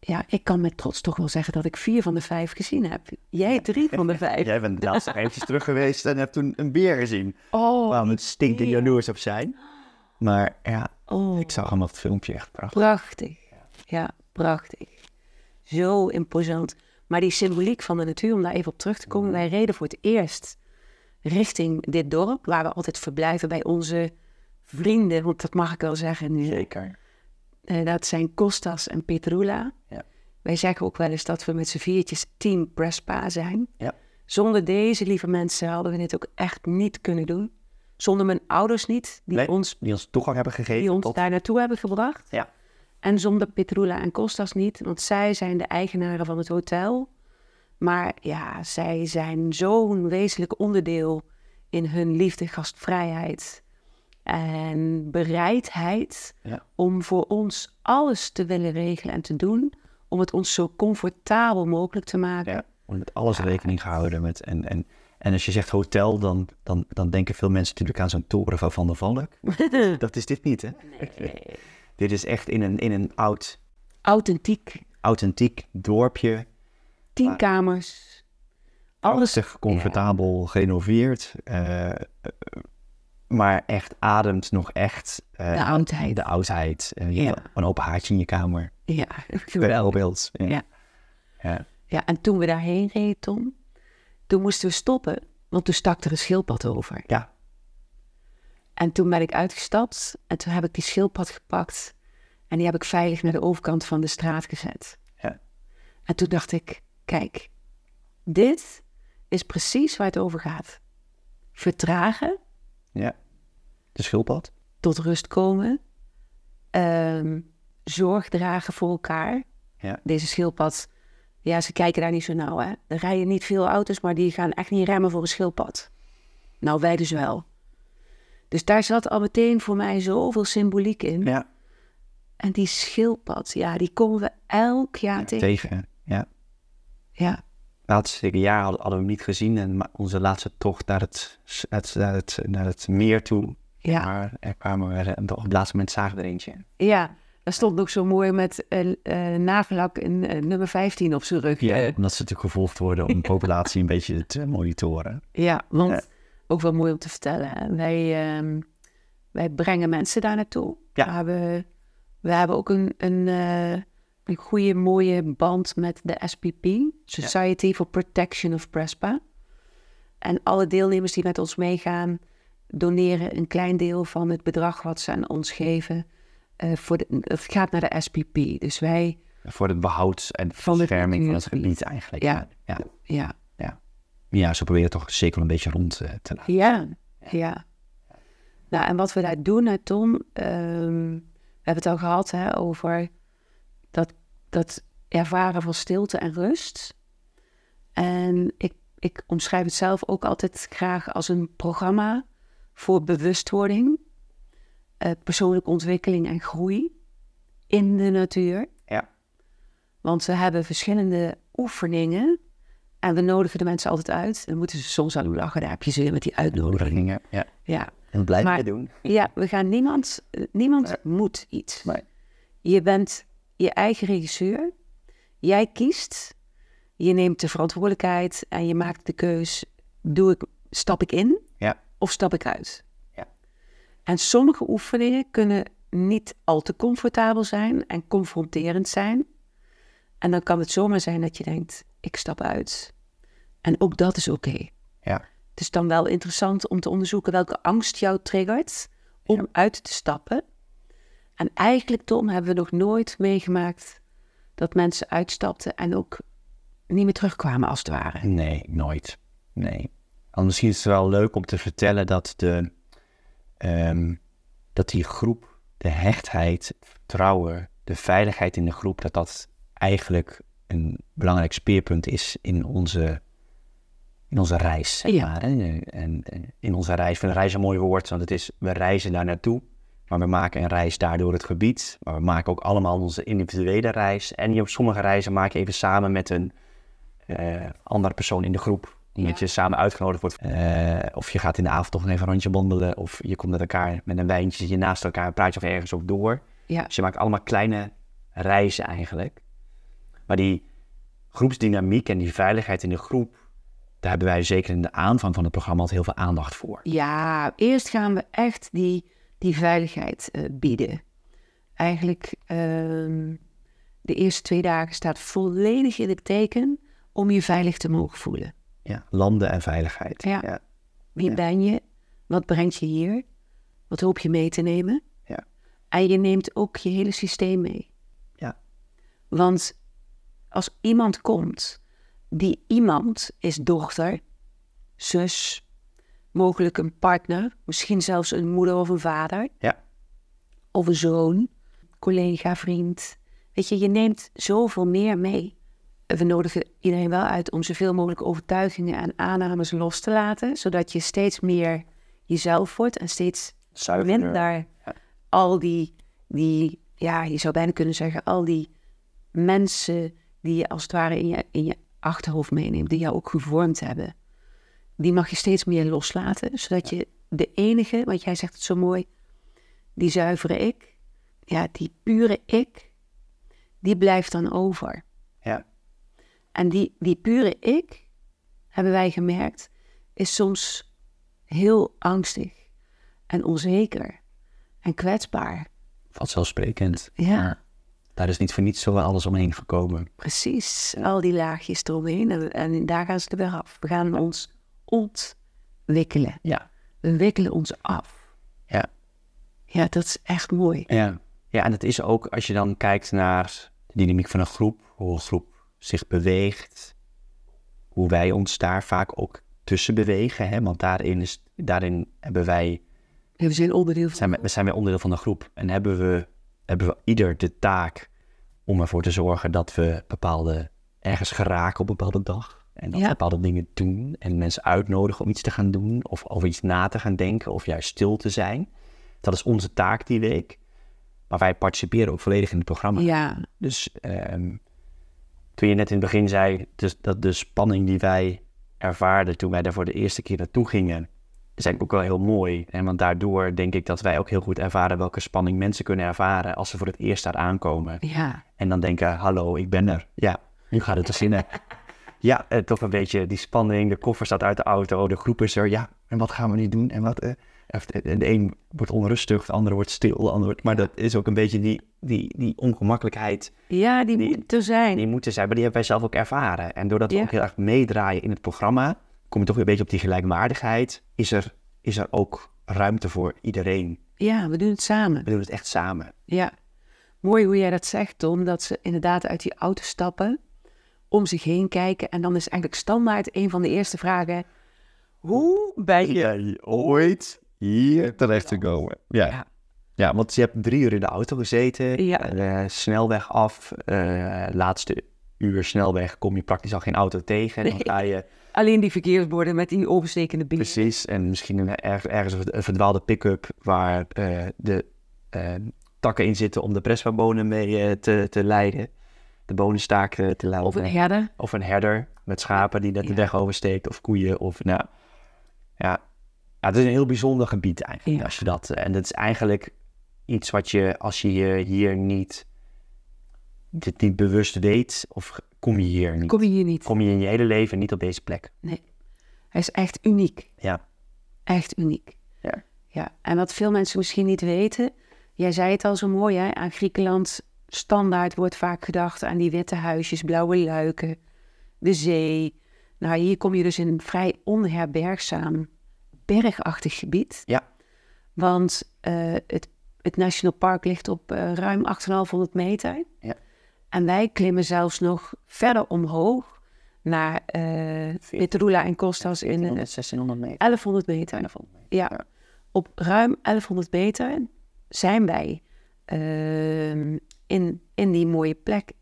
Speaker 1: ja, ik kan met trots toch wel zeggen dat ik vier van de vijf gezien heb. Jij drie van de vijf.
Speaker 2: Jij bent laatst nog eventjes terug geweest en hebt toen een beer gezien.
Speaker 1: Oh,
Speaker 2: Waar we stinken jaloers op zijn. Maar ja,
Speaker 1: oh.
Speaker 2: ik zag hem op het filmpje echt prachtig.
Speaker 1: Prachtig. Ja, prachtig. Zo imposant. Maar die symboliek van de natuur, om daar even op terug te komen. Wij reden voor het eerst richting dit dorp, waar we altijd verblijven bij onze vrienden. Want dat mag ik wel zeggen. nu.
Speaker 2: Zeker.
Speaker 1: Eh, dat zijn Costas en Petrula.
Speaker 2: Ja.
Speaker 1: Wij zeggen ook wel eens dat we met z'n viertjes team Prespa zijn.
Speaker 2: Ja.
Speaker 1: Zonder deze lieve mensen hadden we dit ook echt niet kunnen doen. Zonder mijn ouders niet, die
Speaker 2: Nee,
Speaker 1: ons,
Speaker 2: die ons toegang hebben gegeven
Speaker 1: die ons
Speaker 2: tot...
Speaker 1: daar naartoe hebben gebracht.
Speaker 2: Ja.
Speaker 1: En zonder Petrula en Costas niet, want zij zijn de eigenaren van het hotel. Maar ja, zij zijn zo'n wezenlijk onderdeel in hun liefde, gastvrijheid en bereidheid
Speaker 2: Ja.
Speaker 1: om voor ons alles te willen regelen en te doen. Om het ons zo comfortabel mogelijk te maken.
Speaker 2: Ja, wordt met alles rekening gehouden. Met, en, en, en als je zegt hotel, dan, dan, dan denken veel mensen natuurlijk aan zo'n toren van Van der Valk. dat is dit niet, hè? dit is echt in een, in een oud,
Speaker 1: Authentiek,
Speaker 2: authentiek dorpje.
Speaker 1: tien kamers. Alles
Speaker 2: Prachtig, comfortabel, gerenoveerd. eh, eh, maar echt ademt nog echt eh,
Speaker 1: de oudheid.
Speaker 2: de oudheid. Eh,
Speaker 1: Ja.
Speaker 2: Een open haartje in je kamer,
Speaker 1: Ja,
Speaker 2: bijvoorbeeld. Ja.
Speaker 1: Ja.
Speaker 2: Ja.
Speaker 1: Ja, en toen we daarheen reden, Tom, toen moesten we stoppen, want toen stak er een schildpad over.
Speaker 2: Ja.
Speaker 1: En toen ben ik uitgestapt en toen heb ik die schildpad gepakt En die heb ik veilig naar de overkant van de straat gezet.
Speaker 2: Ja.
Speaker 1: En toen dacht ik, kijk, dit is precies waar het over gaat. Vertragen,
Speaker 2: Ja. De schildpad?
Speaker 1: tot rust komen, ehm, zorg dragen voor elkaar.
Speaker 2: Ja.
Speaker 1: Deze schildpad, ja, ze kijken daar niet zo nauw, hè. Er rijden niet veel auto's, maar die gaan echt niet remmen voor een schildpad. Nou, wij dus wel. Dus daar zat al meteen voor mij zoveel symboliek in.
Speaker 2: Ja.
Speaker 1: En die schildpad, ja, die komen we elk jaar tegen.
Speaker 2: Tegen. Ja.
Speaker 1: Ja,
Speaker 2: laatste jaar hadden, hadden we hem niet gezien. En ma- onze laatste tocht naar het, s- het- naar het, naar het meer toe.
Speaker 1: ja,
Speaker 2: Maar er kwamen we er, en op het laatste moment zagen we er eentje.
Speaker 1: ja. Daar stond ook zo mooi met eh eh, nagelak in eh, nummer 15 op zijn rug. Eh,
Speaker 2: Omdat ze natuurlijk gevolgd worden om de populatie een beetje te monitoren.
Speaker 1: Ja, want
Speaker 2: Ja.
Speaker 1: ook wel mooi om te vertellen. Hè? Wij, ehm, wij brengen mensen daar naartoe.
Speaker 2: Ja.
Speaker 1: We, hebben, we hebben ook een, een, eh, een goede, mooie band met de SPP, Society for Protection of Prespa. En alle deelnemers die met ons meegaan, doneren een klein deel van het bedrag wat ze aan ons geven. eh, voor de, het gaat naar de SPP. Dus wij,
Speaker 2: Voor het behoud en
Speaker 1: Van het
Speaker 2: bescherming van het
Speaker 1: natuurgebied.
Speaker 2: gebied eigenlijk.
Speaker 1: Ja.
Speaker 2: Ja.
Speaker 1: ja,
Speaker 2: ja, ze proberen toch zeker een beetje rond eh, te laten.
Speaker 1: Ja, ja. Nou, en wat we daar doen, hè, Tom, ehm, we hebben het al gehad hè, over dat, dat ervaren van stilte en rust. En ik, ik omschrijf het zelf ook altijd graag als een programma voor bewustwording, eh, persoonlijke ontwikkeling en groei in de natuur.
Speaker 2: Ja.
Speaker 1: Want we hebben verschillende oefeningen en we nodigen de mensen altijd uit. Dan moeten ze soms aan u lachen, daar heb je ze weer met die uitnodiging.
Speaker 2: Dingen, Ja.
Speaker 1: Ja,
Speaker 2: En blijf
Speaker 1: Maar-
Speaker 2: doen.
Speaker 1: ja we gaan niemand, eh, niemand moet iets.
Speaker 2: Nee.
Speaker 1: Je bent je eigen regisseur. Jij kiest. Je neemt de verantwoordelijkheid en je maakt de keus. Doe ik, stap ik in
Speaker 2: Ja.
Speaker 1: of stap ik uit?
Speaker 2: Ja.
Speaker 1: En sommige oefeningen kunnen niet al te comfortabel zijn en confronterend zijn. En dan kan het zomaar zijn dat je denkt, ik stap uit. En ook dat is oké.
Speaker 2: Ja.
Speaker 1: Het is dan wel interessant om te onderzoeken welke angst jou triggert om uit te stappen. En eigenlijk, Tom, hebben we nog nooit meegemaakt dat mensen uitstapten en ook niet meer terugkwamen, als het ware.
Speaker 2: Nee, nooit. Nee. Al misschien is het wel leuk om te vertellen dat, de, ehm, dat die groep, de hechtheid, het vertrouwen, de veiligheid in de groep, dat dat eigenlijk een belangrijk speerpunt is in onze, in onze reis. Zeg
Speaker 1: Ja.
Speaker 2: maar, hè. En, en in onze reis. Ik vind reis een mooi woord, want het is, we reizen daar naartoe. Maar we maken een reis daar door het gebied. Maar we maken ook allemaal onze individuele reis. En je op sommige reizen maak je even samen met een eh, andere persoon in de groep. Omdat je samen uitgenodigd wordt. Eh, of je gaat in de avond nog even een rondje wandelen. Of je komt met elkaar met een wijntje, zit je naast elkaar, praat je of ergens op door.
Speaker 1: Ja,
Speaker 2: Dus je maakt allemaal kleine reizen eigenlijk. Maar die groepsdynamiek en die veiligheid in de groep, daar hebben wij zeker in de aanvang van het programma altijd heel veel aandacht voor.
Speaker 1: ja eerst gaan we echt die, die veiligheid eh, bieden. Eigenlijk, ehm, de eerste twee dagen staat volledig in het teken om je veilig te mogen voelen.
Speaker 2: Ja. Landen en veiligheid.
Speaker 1: Ja.
Speaker 2: Ja.
Speaker 1: Wie ben je? Wat brengt je hier? Wat hoop je mee te nemen?
Speaker 2: Ja.
Speaker 1: En je neemt ook je hele systeem mee.
Speaker 2: Ja.
Speaker 1: Want als iemand komt, die iemand is dochter, zus, mogelijk een partner, misschien zelfs een moeder of een vader,
Speaker 2: Ja.
Speaker 1: of een zoon, collega, vriend. Weet je, je neemt zoveel meer mee. We nodigen iedereen wel uit om zoveel mogelijk overtuigingen en aannames los te laten, zodat je steeds meer jezelf wordt en steeds
Speaker 2: Zuiverder.
Speaker 1: minder al die, die, ja, je zou bijna kunnen zeggen, al die mensen die je als het ware in je, in je achterhoofd meeneemt, die jou ook gevormd hebben. Die mag je steeds meer loslaten, zodat je de enige, want jij zegt het zo mooi, die zuivere ik, ja, die pure ik, die blijft dan over.
Speaker 2: Ja.
Speaker 1: En die, die pure ik, hebben wij gemerkt, is soms heel angstig en onzeker en kwetsbaar.
Speaker 2: Vanzelfsprekend.
Speaker 1: Ja.
Speaker 2: Maar daar is niet voor niets zo alles omheen gekomen.
Speaker 1: Precies, al die laagjes eromheen en, en daar gaan ze er weer af. We gaan ons ontwikkelen.
Speaker 2: Ja.
Speaker 1: We wikkelen ons af.
Speaker 2: Ja.
Speaker 1: Ja, dat is echt mooi.
Speaker 2: Ja. Ja, en dat is ook als je dan kijkt naar de dynamiek van een groep, hoe een groep zich beweegt, hoe wij ons daar vaak ook tussen bewegen. Hè? Want daarin, is, daarin hebben wij,
Speaker 1: Hebben ze een onderdeel van?
Speaker 2: zijn, we- zijn wij onderdeel van de groep en hebben we, hebben we ieder de taak om ervoor te zorgen dat we bepaalde ergens geraken op een bepaalde dag. En dat
Speaker 1: Ja.
Speaker 2: we bepaalde dingen doen en mensen uitnodigen om iets te gaan doen of over iets na te gaan denken of juist stil te zijn. Dat is onze taak die week. Maar wij participeren ook volledig in het programma.
Speaker 1: Ja,
Speaker 2: Dus ehm, toen je net in het begin zei dus, dat de spanning die wij ervaarden toen wij daar voor de eerste keer naartoe gingen, is eigenlijk ook wel heel mooi. En want daardoor denk ik dat wij ook heel goed ervaren welke spanning mensen kunnen ervaren als ze voor het eerst daar aankomen.
Speaker 1: ja.
Speaker 2: En dan denken, hallo, ik ben er. Ja, nu gaat het er zinnen. Ja, eh, toch een beetje die spanning. De koffer staat uit de auto, de groep is er. Ja, en wat gaan we nu doen? En wat... eh, of de- de een wordt onrustig, de ander wordt stil. De ander wordt, maar dat is ook een beetje die, die, die ongemakkelijkheid
Speaker 1: Ja, die moet er zijn.
Speaker 2: die moeten zijn. Maar die hebben wij zelf ook ervaren. En doordat we
Speaker 1: Ja.
Speaker 2: ook heel erg meedraaien in het programma, kom je toch weer een beetje op die gelijkwaardigheid. Is er, is er ook ruimte voor iedereen.
Speaker 1: Ja, we doen het samen.
Speaker 2: We doen het echt samen.
Speaker 1: Ja, mooi hoe jij dat zegt, Tom. Dat ze inderdaad uit die auto stappen, om zich heen kijken. En dan is eigenlijk standaard een van de eerste vragen: Hoe ben je?
Speaker 2: jij ooit hier terecht te komen. Ja.
Speaker 1: Ja.
Speaker 2: ja. want je hebt drie uur in de auto gezeten,
Speaker 1: Ja.
Speaker 2: eh, snelweg af, eh, laatste uur snelweg kom je praktisch al geen auto tegen. Dan ga je
Speaker 1: Alleen die verkeersborden met die overstekende bier.
Speaker 2: precies en misschien een, er- ergens een verd- een verdwaalde pick-up waar eh, de eh, takken in zitten om de preswaarbonen mee eh, te, te leiden, de bonenstaak eh, te leiden.
Speaker 1: Of een herder.
Speaker 2: Of een herder met schapen die net de
Speaker 1: Ja.
Speaker 2: weg oversteekt. Of koeien. Of, nou, ja. ja, het is een heel bijzonder gebied eigenlijk.
Speaker 1: Ja.
Speaker 2: Als je dat, eh, en dat is eigenlijk iets wat je, als je je hier niet, dit niet bewust weet, of kom je hier niet.
Speaker 1: Kom je hier niet?
Speaker 2: Kom je in je hele leven niet op deze plek.
Speaker 1: Nee. Hij is echt uniek.
Speaker 2: Ja.
Speaker 1: Echt uniek.
Speaker 2: Ja.
Speaker 1: Ja, en wat veel mensen misschien niet weten, jij zei het al zo mooi, hè? aan Griekenland standaard wordt vaak gedacht aan die witte huisjes, blauwe luiken, de zee. Nou, hier kom je dus in een vrij onherbergzaam, bergachtig gebied.
Speaker 2: Ja.
Speaker 1: Want eh, het, het National Park ligt op eh, ruim 8,500 meter.
Speaker 2: Ja.
Speaker 1: En wij klimmen zelfs nog verder omhoog naar eh Petrula en Kostas in eh,
Speaker 2: 1600 meter.
Speaker 1: 1100 meter. Ja. Op ruim 1100 meter zijn wij ehm, in, in die mooie plek.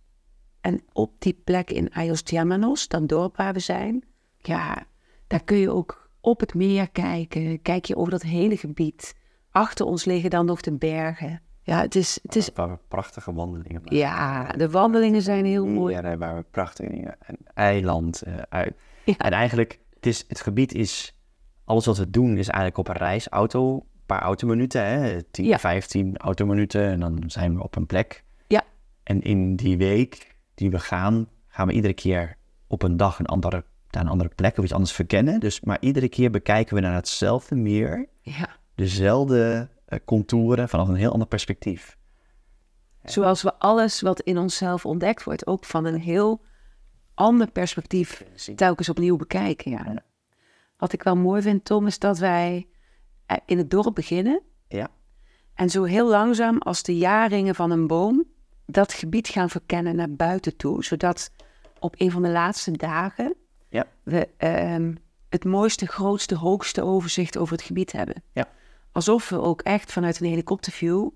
Speaker 1: En op die plek in Ayos Diamanos, dat dorp waar we zijn, ja, daar kun je ook op het meer kijken. Kijk je over dat hele gebied. Achter ons liggen dan nog de bergen. Ja, het is, het is,
Speaker 2: Waar we prachtige wandelingen maken.
Speaker 1: ja de wandelingen zijn heel mooi.
Speaker 2: Ja, daar waren we prachtige dingen. Een eiland eh, uit.
Speaker 1: Ja.
Speaker 2: En eigenlijk, het, is, het gebied is... Alles wat we doen is eigenlijk op een reis. Auto, een paar autominuten. Hè? 10,
Speaker 1: Ja.
Speaker 2: 15 autominuten. En dan zijn we op een plek.
Speaker 1: Ja.
Speaker 2: En in die week die we gaan, gaan we iedere keer op een dag een andere, naar een andere plek of iets anders verkennen. Dus, maar iedere keer bekijken we naar hetzelfde meer
Speaker 1: Ja.
Speaker 2: dezelfde eh, contouren vanaf een heel ander perspectief.
Speaker 1: Zoals we alles wat in onszelf ontdekt wordt, ook van een heel ander perspectief telkens opnieuw bekijken. Ja. Wat ik wel mooi vind, Tom, is dat wij eh, in het dorp beginnen
Speaker 2: Ja.
Speaker 1: en zo heel langzaam als de jaringen van een boom dat gebied gaan verkennen naar buiten toe. Zodat op een van de laatste dagen
Speaker 2: Ja.
Speaker 1: we ehm, het mooiste, grootste, hoogste overzicht over het gebied hebben.
Speaker 2: Ja.
Speaker 1: Alsof we ook echt vanuit een helikopterview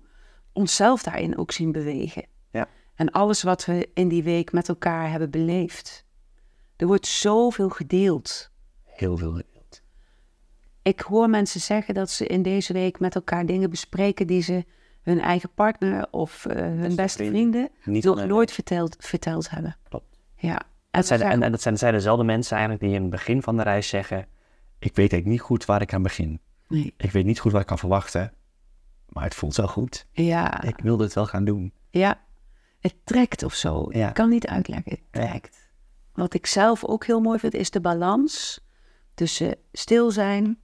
Speaker 1: onszelf daarin ook zien bewegen.
Speaker 2: Ja.
Speaker 1: En alles wat we in die week met elkaar hebben beleefd. Er wordt zoveel gedeeld.
Speaker 2: Heel veel.
Speaker 1: Ik hoor mensen zeggen dat ze in deze week met elkaar dingen bespreken die ze hun eigen partner of eh, hun beste
Speaker 2: vrienden.
Speaker 1: vrienden,
Speaker 2: Niet
Speaker 1: nog
Speaker 2: alleen.
Speaker 1: nooit verteld, verteld hebben.
Speaker 2: Klopt.
Speaker 1: Ja.
Speaker 2: Dat zijn, en, en dat zijn, zijn dezelfde mensen eigenlijk die in het begin van de reis zeggen... Ik weet eigenlijk niet goed waar ik aan begin.
Speaker 1: Nee.
Speaker 2: Ik weet niet goed wat ik kan verwachten. Maar het voelt wel goed.
Speaker 1: Ja.
Speaker 2: Ik wil dit wel gaan doen.
Speaker 1: Ja, het trekt of zo.
Speaker 2: Ja.
Speaker 1: Ik kan niet uitleggen. Het trekt. Wat ik zelf ook heel mooi vind, is de balans tussen stil zijn,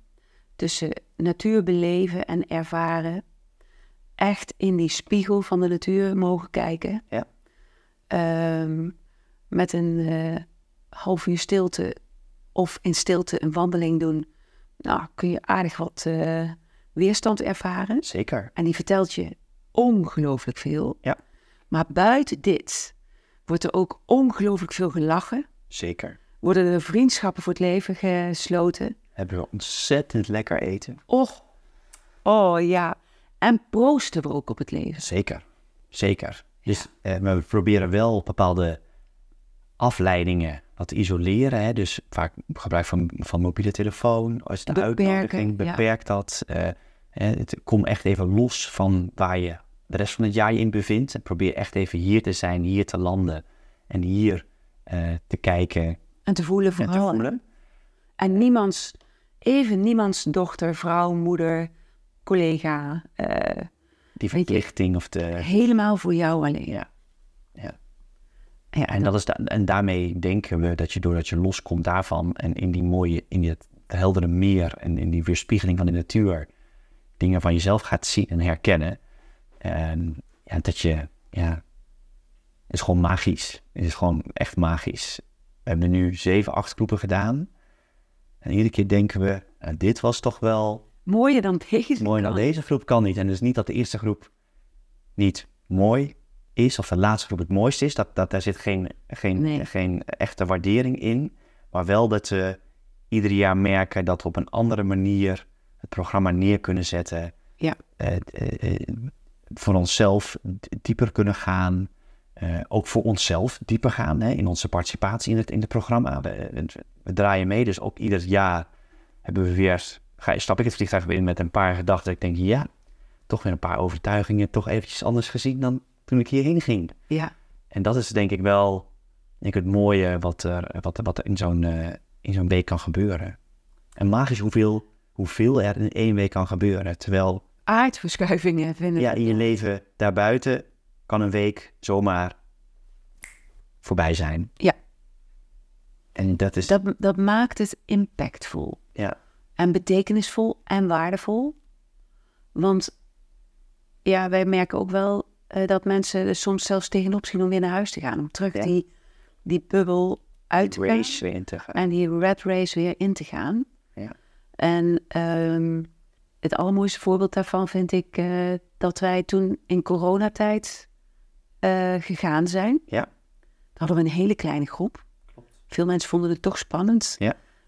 Speaker 1: tussen natuur beleven en ervaren. Echt in die spiegel van de natuur mogen kijken.
Speaker 2: Ja.
Speaker 1: Ehm, met een eh, half uur stilte of in stilte een wandeling doen. Nou, kun je aardig wat eh, weerstand ervaren.
Speaker 2: Zeker.
Speaker 1: En die vertelt je ongelooflijk veel.
Speaker 2: Ja.
Speaker 1: Maar buiten dit wordt er ook ongelooflijk veel gelachen.
Speaker 2: Zeker.
Speaker 1: Worden er vriendschappen voor het leven gesloten.
Speaker 2: Hebben we ontzettend lekker eten.
Speaker 1: Och, oh ja. En proosten we ook op het leven.
Speaker 2: Zeker. Zeker. Dus eh, maar we proberen wel bepaalde afleidingen wat te isoleren. Hè? Dus vaak gebruik van, van mobiele telefoon. Als het een
Speaker 1: Beperken,
Speaker 2: uitnodiging
Speaker 1: ja.
Speaker 2: beperkt dat. eh, hè, het, kom echt even los van waar je de rest van het jaar je in bevindt. En probeer echt even hier te zijn, hier te landen. En hier eh, te kijken
Speaker 1: En te voelen
Speaker 2: en
Speaker 1: vooral.
Speaker 2: te voelen.
Speaker 1: En niemands, even niemands dochter, vrouw, moeder, collega. eh, Weet je-
Speaker 2: Die verplichting of de...
Speaker 1: helemaal voor jou alleen.
Speaker 2: Ja. Ja.
Speaker 1: Ja,
Speaker 2: En, dat is da- en daarmee denken we dat je doordat je loskomt daarvan en in die mooie, in het heldere meer en in die weerspiegeling van de natuur dingen van jezelf gaat zien en herkennen. En ja, dat je, ja, het is gewoon magisch. Het is gewoon echt magisch. We hebben er nu zeven, acht groepen gedaan. En iedere keer denken we, nou, dit was toch wel
Speaker 1: mooier dan deze.
Speaker 2: mooi. Nou,
Speaker 1: kant.
Speaker 2: deze groep kan niet. En dus niet dat de eerste groep niet mooi is of de laatste groep het mooiste is. Dat, dat, daar zit geen, geen,
Speaker 1: Nee.
Speaker 2: geen echte waardering in. Maar wel dat we ieder jaar merken dat we op een andere manier het programma neer kunnen zetten.
Speaker 1: Ja.
Speaker 2: Eh, eh, eh, voor onszelf d- dieper kunnen gaan. Eh, ook voor onszelf dieper gaan hè, in onze participatie in het, in het programma. We, we- we draaien mee, dus ook ieder jaar hebben we weer, ga, stap ik het vliegtuig weer in met een paar gedachten. Ik denk, ja, toch weer een paar overtuigingen, toch eventjes anders gezien dan toen ik hierheen ging.
Speaker 1: Ja,
Speaker 2: En dat is denk ik wel denk ik, het mooie wat er, wat, wat er in zo'n eh, in zo'n week kan gebeuren. En magisch hoeveel, hoeveel er in één week kan gebeuren. Terwijl
Speaker 1: aardverschuivingen vinden
Speaker 2: ja,
Speaker 1: we.
Speaker 2: in je leven daarbuiten kan een week zomaar voorbij zijn.
Speaker 1: Ja.
Speaker 2: En dat is...
Speaker 1: Dat, dat maakt het impactvol.
Speaker 2: Ja,
Speaker 1: En betekenisvol en waardevol. Want ja, wij merken ook wel eh, dat mensen er soms zelfs tegenop zien om weer naar huis te gaan. Om terug
Speaker 2: Ja.
Speaker 1: die, die bubbel uit te gaan
Speaker 2: race weer in te gaan.
Speaker 1: en die red race weer in te gaan.
Speaker 2: Ja.
Speaker 1: En ehm, het allermooiste voorbeeld daarvan vind ik eh, dat wij toen in coronatijd eh, gegaan zijn.
Speaker 2: Ja.
Speaker 1: Dan hadden we een hele kleine groep. Veel mensen vonden het toch spannend.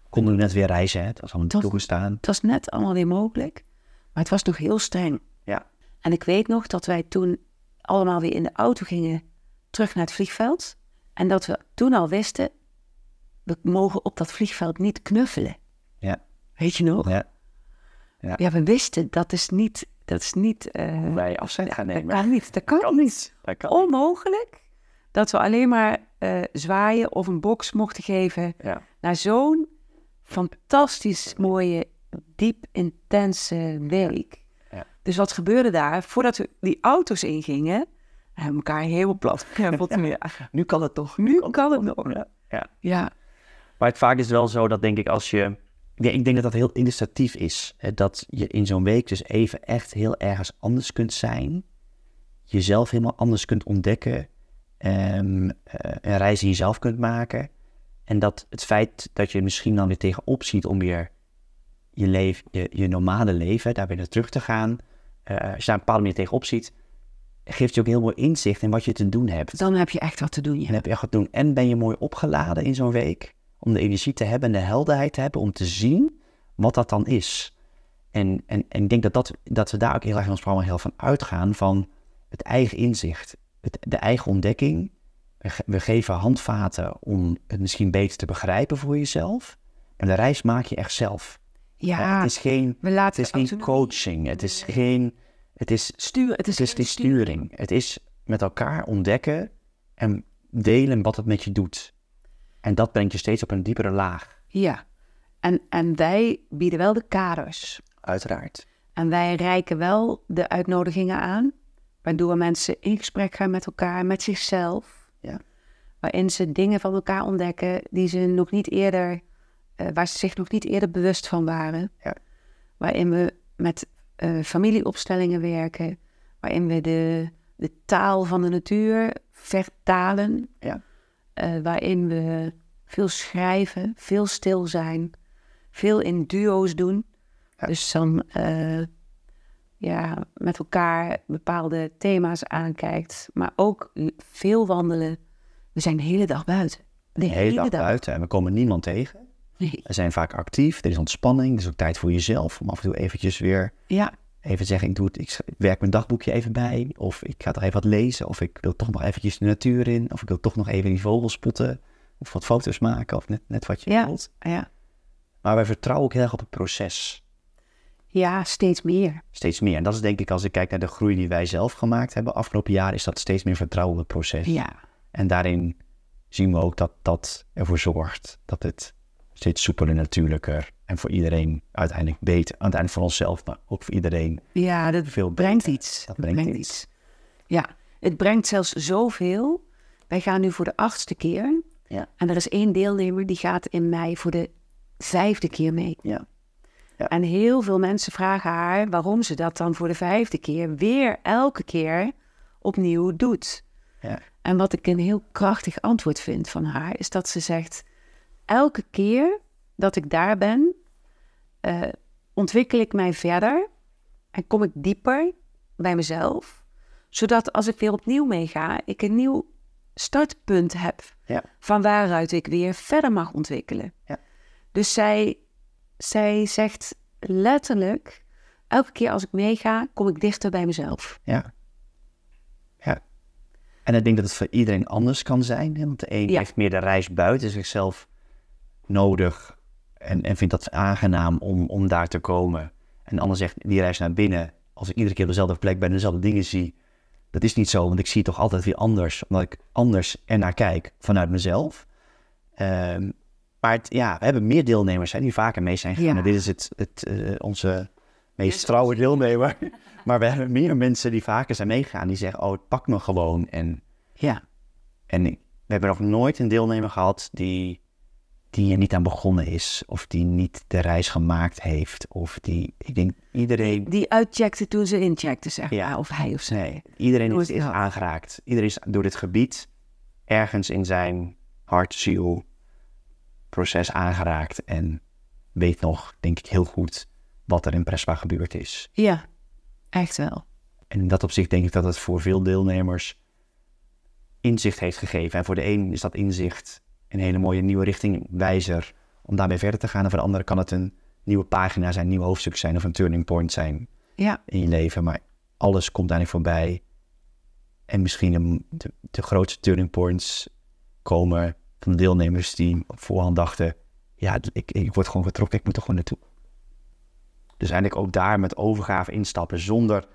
Speaker 2: Konden we net weer reizen, hè? Dat was allemaal
Speaker 1: Dat-
Speaker 2: toegestaan.
Speaker 1: Het was net allemaal weer mogelijk, maar het was nog heel streng.
Speaker 2: Ja.
Speaker 1: En ik weet nog dat wij toen allemaal weer in de auto gingen terug naar het vliegveld. En dat we toen al wisten, we mogen op dat vliegveld niet knuffelen.
Speaker 2: Ja.
Speaker 1: Weet je nog?
Speaker 2: Ja.
Speaker 1: Ja, we wisten, dat is niet... Dat is niet eh,
Speaker 2: Wij afscheid gaan
Speaker 1: dat
Speaker 2: nemen.
Speaker 1: kan niet, dat kan, niet.
Speaker 2: Dat kan. Oh.
Speaker 1: Onmogelijk dat we alleen maar eh, zwaaien of een box mochten geven
Speaker 2: Ja.
Speaker 1: naar zo'n fantastisch mooie, diep intense week.
Speaker 2: Ja.
Speaker 1: Dus wat gebeurde daar? Voordat we die auto's ingingen, hebben we elkaar heel plat gekrempeld.
Speaker 2: Nu kan het toch.
Speaker 1: Nu kan het nog.
Speaker 2: Ja. ja.
Speaker 1: Ja,
Speaker 2: Maar het vaak is wel zo dat denk ik als je... Ja, ik denk dat dat heel illustratief is. Hè? Dat je in zo'n week dus even echt heel ergens anders kunt zijn. Jezelf helemaal anders kunt ontdekken. ehm, eh, een reis in jezelf kunt maken. En dat het feit dat je misschien dan weer tegenop ziet om weer je, leef, je, je normale leven, hè, daar weer naar terug te gaan. eh, als je daar een bepaalde manier tegenop ziet, geeft je ook heel mooi inzicht in wat je te doen hebt.
Speaker 1: dan heb je echt wat te doen.
Speaker 2: En
Speaker 1: Ja.
Speaker 2: heb je echt wat doen. En ben je mooi opgeladen in zo'n week. Om de energie te hebben en de helderheid te hebben. Om te zien wat dat dan is. En, en, en ik denk dat, dat, dat we daar ook heel erg in ons programma heel van uitgaan. Van het eigen inzicht. Het, de eigen ontdekking. We, ge- we geven handvaten om het misschien beter te begrijpen voor jezelf. En de reis maak je echt zelf.
Speaker 1: Ja,
Speaker 2: Het is geen,
Speaker 1: we laten
Speaker 2: het is geen coaching. Het is geen... Het is
Speaker 1: sturen. Het is,
Speaker 2: het is die
Speaker 1: geen
Speaker 2: sturing. Het is met elkaar ontdekken en delen wat het met je doet. En dat brengt je steeds op een diepere laag.
Speaker 1: Ja, en, en wij bieden wel de kaders.
Speaker 2: Uiteraard.
Speaker 1: En wij reiken wel de uitnodigingen aan, waardoor mensen in gesprek gaan met elkaar, met zichzelf.
Speaker 2: Ja.
Speaker 1: Waarin ze dingen van elkaar ontdekken die ze nog niet eerder, eh, waar ze zich nog niet eerder bewust van waren.
Speaker 2: Ja.
Speaker 1: Waarin we met eh, familieopstellingen werken, waarin we de, de taal van de natuur vertalen.
Speaker 2: Ja.
Speaker 1: Eh, waarin we veel schrijven, veel stil zijn, veel in duo's doen. Dus dan eh, ja, met elkaar bepaalde thema's aankijkt. Maar ook veel wandelen. We zijn de hele dag buiten. De
Speaker 2: De hele dag buiten en we komen niemand tegen.
Speaker 1: Nee.
Speaker 2: We zijn vaak actief, er is ontspanning, er is ook tijd voor jezelf om af en toe eventjes weer
Speaker 1: Ja,
Speaker 2: even zeggen, ik, doe het, ik sch- ik werk mijn dagboekje even bij, of ik ga er even wat lezen, of ik wil toch nog eventjes de natuur in, of ik wil toch nog even die vogel spotten, of wat foto's maken, of net, net wat je
Speaker 1: Ja.
Speaker 2: wilt.
Speaker 1: ja.
Speaker 2: Maar wij vertrouwen ook heel erg op het proces,
Speaker 1: ja, steeds meer.
Speaker 2: steeds meer. En dat is denk ik, als ik kijk naar de groei die wij zelf gemaakt hebben afgelopen jaren, is dat steeds meer vertrouwen op het proces.
Speaker 1: Ja,
Speaker 2: En daarin zien we ook dat dat ervoor zorgt dat het steeds soepeler, natuurlijker en voor iedereen uiteindelijk beter. Uiteindelijk voor onszelf, maar ook voor iedereen.
Speaker 1: ja dat
Speaker 2: Veel
Speaker 1: brengt
Speaker 2: beter.
Speaker 1: iets.
Speaker 2: Dat brengt iets.
Speaker 1: Ja, het brengt zelfs zoveel. Wij gaan nu voor de achtste keer.
Speaker 2: Ja.
Speaker 1: En er is één deelnemer die gaat in mei voor de vijfde keer mee.
Speaker 2: Ja.
Speaker 1: En heel veel mensen vragen haar waarom ze dat dan voor de vijfde keer weer elke keer opnieuw doet.
Speaker 2: Ja.
Speaker 1: En wat ik een heel krachtig antwoord vind van haar, is dat ze zegt: elke keer dat ik daar ben, eh, ontwikkel ik mij verder en kom ik dieper bij mezelf, zodat als ik weer opnieuw meega, ik een nieuw startpunt heb
Speaker 2: Ja.
Speaker 1: van waaruit ik weer verder mag ontwikkelen.
Speaker 2: Ja.
Speaker 1: Dus zij, zij zegt letterlijk: elke keer als ik meega, kom ik dichter bij mezelf.
Speaker 2: Ja. ja. En ik denk dat het voor iedereen anders kan zijn. Hè? Want de een
Speaker 1: Ja.
Speaker 2: heeft meer de reis buiten zichzelf nodig en, en vindt dat aangenaam om, om daar te komen. En de ander zegt, die reis naar binnen, als ik iedere keer op dezelfde plek ben en dezelfde dingen zie, dat is niet zo, want ik zie het toch altijd weer anders, omdat ik anders ernaar kijk vanuit mezelf. Ehm, maar het- ja, we hebben meer deelnemers hè, die vaker mee zijn gegaan.
Speaker 1: Ja.
Speaker 2: En Dit is het, het, eh, onze meest trouwe deelnemer. maar we hebben meer mensen die vaker zijn meegegaan, die zeggen, oh, het pakt me gewoon. En,
Speaker 1: Ja.
Speaker 2: en ik- we hebben nog nooit een deelnemer gehad die, die er niet aan begonnen is, of die niet de reis gemaakt heeft, of die, ik denk, iedereen...
Speaker 1: Die uitcheckte toen ze incheckte, zeg maar.
Speaker 2: Ja.
Speaker 1: Of hij of zij.
Speaker 2: Nee, iedereen
Speaker 1: Hoe
Speaker 2: is,
Speaker 1: is
Speaker 2: is
Speaker 1: dat?
Speaker 2: aangeraakt. Iedereen is door dit gebied ergens in zijn hart, ziel, proces aangeraakt. En weet nog, denk ik, heel goed wat er in Prespa gebeurd is.
Speaker 1: Ja, echt wel.
Speaker 2: En in dat opzicht denk ik dat het voor veel deelnemers inzicht heeft gegeven. En voor de een is dat inzicht een hele mooie nieuwe richtingwijzer om daarmee verder te gaan. En voor de andere kan het een nieuwe pagina zijn, een nieuw hoofdstuk zijn of een turning point zijn
Speaker 1: Ja,
Speaker 2: in je leven, maar alles komt daarin voorbij. En misschien de, de, de grootste turning points komen van deelnemers die op voorhand dachten: ja, ik, ik word gewoon getrokken, ik moet er gewoon naartoe. Dus eigenlijk ook daar met overgave instappen zonder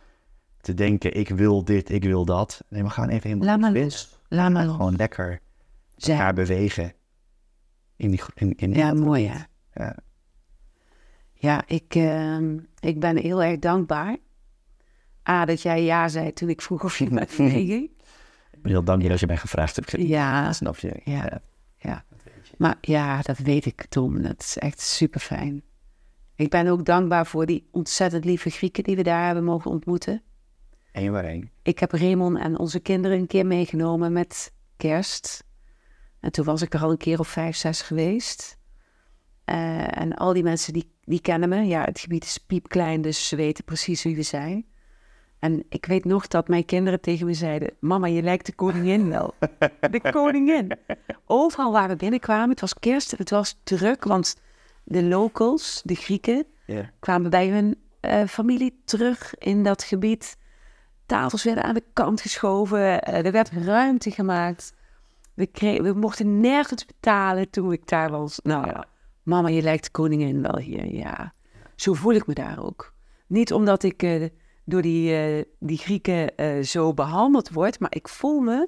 Speaker 2: te denken: ik wil dit, ik wil dat. Nee, we gaan even helemaal
Speaker 1: Laat maar
Speaker 2: niet
Speaker 1: los.
Speaker 2: wist.
Speaker 1: laat maar los
Speaker 2: Gewoon lekker
Speaker 1: zijn.
Speaker 2: elkaar bewegen. In die, gro- in, in,
Speaker 1: Ja, mooi hè.
Speaker 2: Ja.
Speaker 1: Ja, ik, ehm, ik ben heel erg dankbaar. A, dat jij ja zei toen ik vroeg of je met me meeging.
Speaker 2: Ik ben heel dankbaar dat je mij gevraagd hebt.
Speaker 1: Ja,
Speaker 2: Snap je?
Speaker 1: Ja, ja. Maar ja, dat weet ik, Tom. Dat is echt super fijn. Ik ben ook dankbaar voor die ontzettend lieve Grieken die we daar hebben mogen ontmoeten.
Speaker 2: Eén waar één.
Speaker 1: Ik heb Raymond en onze kinderen een keer meegenomen met kerst. En toen was ik er al een keer of vijf, zes geweest. Eh, en al die mensen die, die kennen me. Ja, het gebied is piepklein, dus ze weten precies wie we zijn. En ik weet nog dat mijn kinderen tegen me zeiden... Mama, je lijkt de koningin wel. De koningin. Overal waar we binnenkwamen, het was kerst, het was druk. Want de locals, de Grieken,
Speaker 2: Ja.
Speaker 1: kwamen bij hun eh, familie terug in dat gebied. Tafels werden aan de kant geschoven, eh, er werd ruimte gemaakt. We, kre- we mochten nergens betalen toen ik daar was. Nou,
Speaker 2: Ja.
Speaker 1: mama, je lijkt de koningin wel hier, ja. Zo voel ik me daar ook. Niet omdat ik eh, door die, eh, die Grieken eh, zo behandeld word, maar ik voel me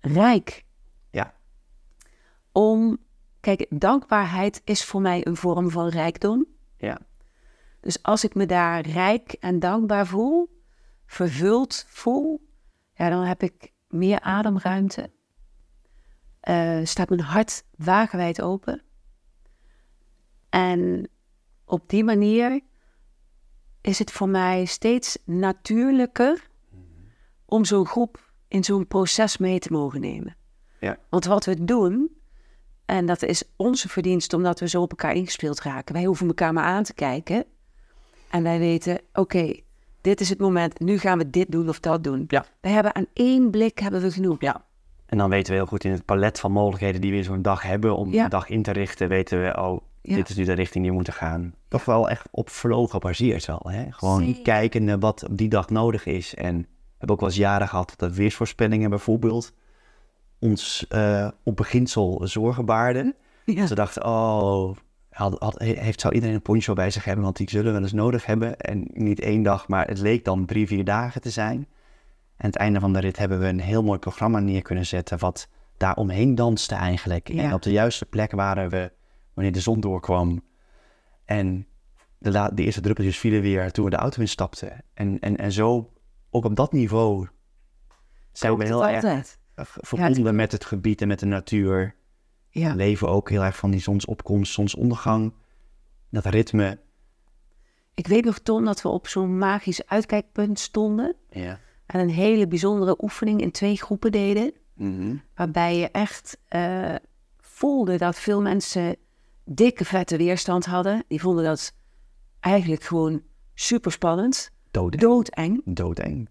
Speaker 1: rijk
Speaker 2: Ja.
Speaker 1: om. Kijk, dankbaarheid is voor mij een vorm van rijkdom.
Speaker 2: Ja.
Speaker 1: Dus als ik me daar rijk en dankbaar voel, vervuld voel, ja, dan heb ik meer ademruimte. Eh, staat mijn hart wagenwijd open. En op die manier is het voor mij steeds natuurlijker om zo'n groep in zo'n proces mee te mogen nemen.
Speaker 2: Ja.
Speaker 1: Want wat we doen, en dat is onze verdienst omdat we zo op elkaar ingespeeld raken. Wij hoeven elkaar maar aan te kijken. En wij weten, oké, dit is het moment, nu gaan we dit doen of dat doen.
Speaker 2: Ja.
Speaker 1: We hebben aan één blik hebben we genoeg.
Speaker 2: Ja. En dan weten we heel goed in het palet van mogelijkheden die we in zo'n dag hebben om
Speaker 1: Ja.
Speaker 2: de dag in te richten, weten we, oh,
Speaker 1: Ja.
Speaker 2: dit is nu de richting die we moeten gaan. Toch wel echt op verlogen gebaseerd wel. Hè? Gewoon
Speaker 1: Zeker.
Speaker 2: kijken naar wat op die dag nodig is. En we hebben ook wel eens jaren gehad dat de weersvoorspellingen bijvoorbeeld ons eh, op beginsel zorgen baarden.
Speaker 1: Ja.
Speaker 2: Ze dachten, oh, had, had, heeft, zou iedereen een poncho bij zich hebben, want die zullen we wel eens nodig hebben. En niet één dag, maar het leek dan drie, vier dagen te zijn. En aan het einde van de rit hebben we een heel mooi programma neer kunnen zetten, wat daar omheen danste eigenlijk.
Speaker 1: Ja.
Speaker 2: En op de juiste plek waren we wanneer de zon doorkwam. En de, la- de eerste druppeltjes vielen weer toen we de auto instapten. En, en, en zo, ook op dat niveau, zijn we heel erg
Speaker 1: Altijd.
Speaker 2: verbonden met het gebied en met de natuur
Speaker 1: Ja.
Speaker 2: leven ook heel erg van die zonsopkomst, zonsondergang. Dat ritme.
Speaker 1: Ik weet nog, Tom, dat we op zo'n magisch uitkijkpunt stonden.
Speaker 2: Ja.
Speaker 1: En een hele bijzondere oefening in twee groepen deden.
Speaker 2: Mhm.
Speaker 1: Waarbij je echt eh, voelde dat veel mensen dikke vette weerstand hadden. Die vonden dat eigenlijk gewoon super spannend,
Speaker 2: Doodeng.
Speaker 1: doodeng.
Speaker 2: Doodeng.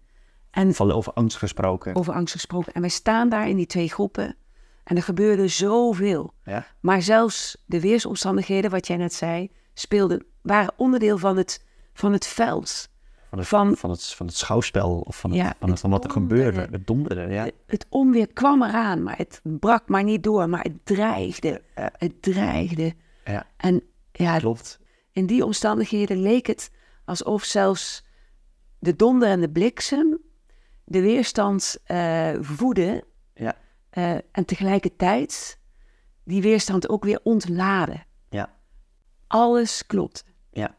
Speaker 1: En
Speaker 2: Van over angst gesproken.
Speaker 1: over angst gesproken. En wij staan daar in die twee groepen. En er gebeurde zoveel.
Speaker 2: Ja.
Speaker 1: Maar zelfs de weersomstandigheden, wat jij net zei, speelden, waren onderdeel van het, van het veld.
Speaker 2: Van, het,
Speaker 1: Van-
Speaker 2: van, het, van het schouwspel of van, het,
Speaker 1: Ja,
Speaker 2: van, het- van wat er
Speaker 1: donderen.
Speaker 2: gebeurde. Het donderen, ja.
Speaker 1: Het onweer kwam eraan, maar het brak maar niet door. Maar het dreigde. eh, Het dreigde.
Speaker 2: Ja.
Speaker 1: En ja,
Speaker 2: Klopt.
Speaker 1: in die omstandigheden leek het alsof zelfs de donder en de bliksem de weerstand eh voeden.
Speaker 2: Ja.
Speaker 1: eh, en tegelijkertijd die weerstand ook weer ontladen.
Speaker 2: Ja.
Speaker 1: Alles klopt.
Speaker 2: Ja.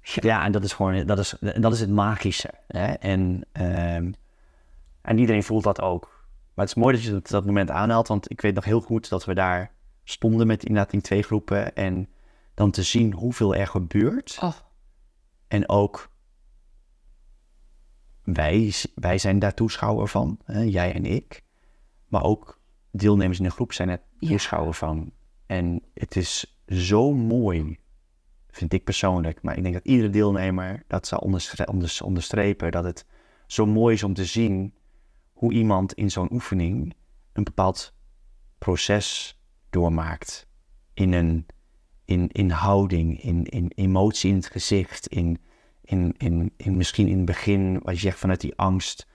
Speaker 2: Ja, en dat is gewoon, dat is, dat is het magische. Hè? En, ehm, en iedereen voelt dat ook. Maar het is mooi dat je dat, dat moment aanhaalt, want ik weet nog heel goed dat we daar stonden met inderdaad die twee groepen. En dan te zien hoeveel er gebeurt.
Speaker 1: Oh,
Speaker 2: En ook wij, wij zijn daar toeschouwer van, hè, jij en ik. Maar ook deelnemers in de groep zijn er
Speaker 1: Ja.
Speaker 2: toeschouwer van. En het is zo mooi, vind ik persoonlijk. Maar ik denk dat iedere deelnemer dat zou onderstre- onders- onderstrepen. Dat het zo mooi is om te zien hoe iemand in zo'n oefening een bepaald proces doormaakt. In een in, in houding, in, in emotie in het gezicht, in, in, in, in misschien in het begin, wat je zegt vanuit die angst,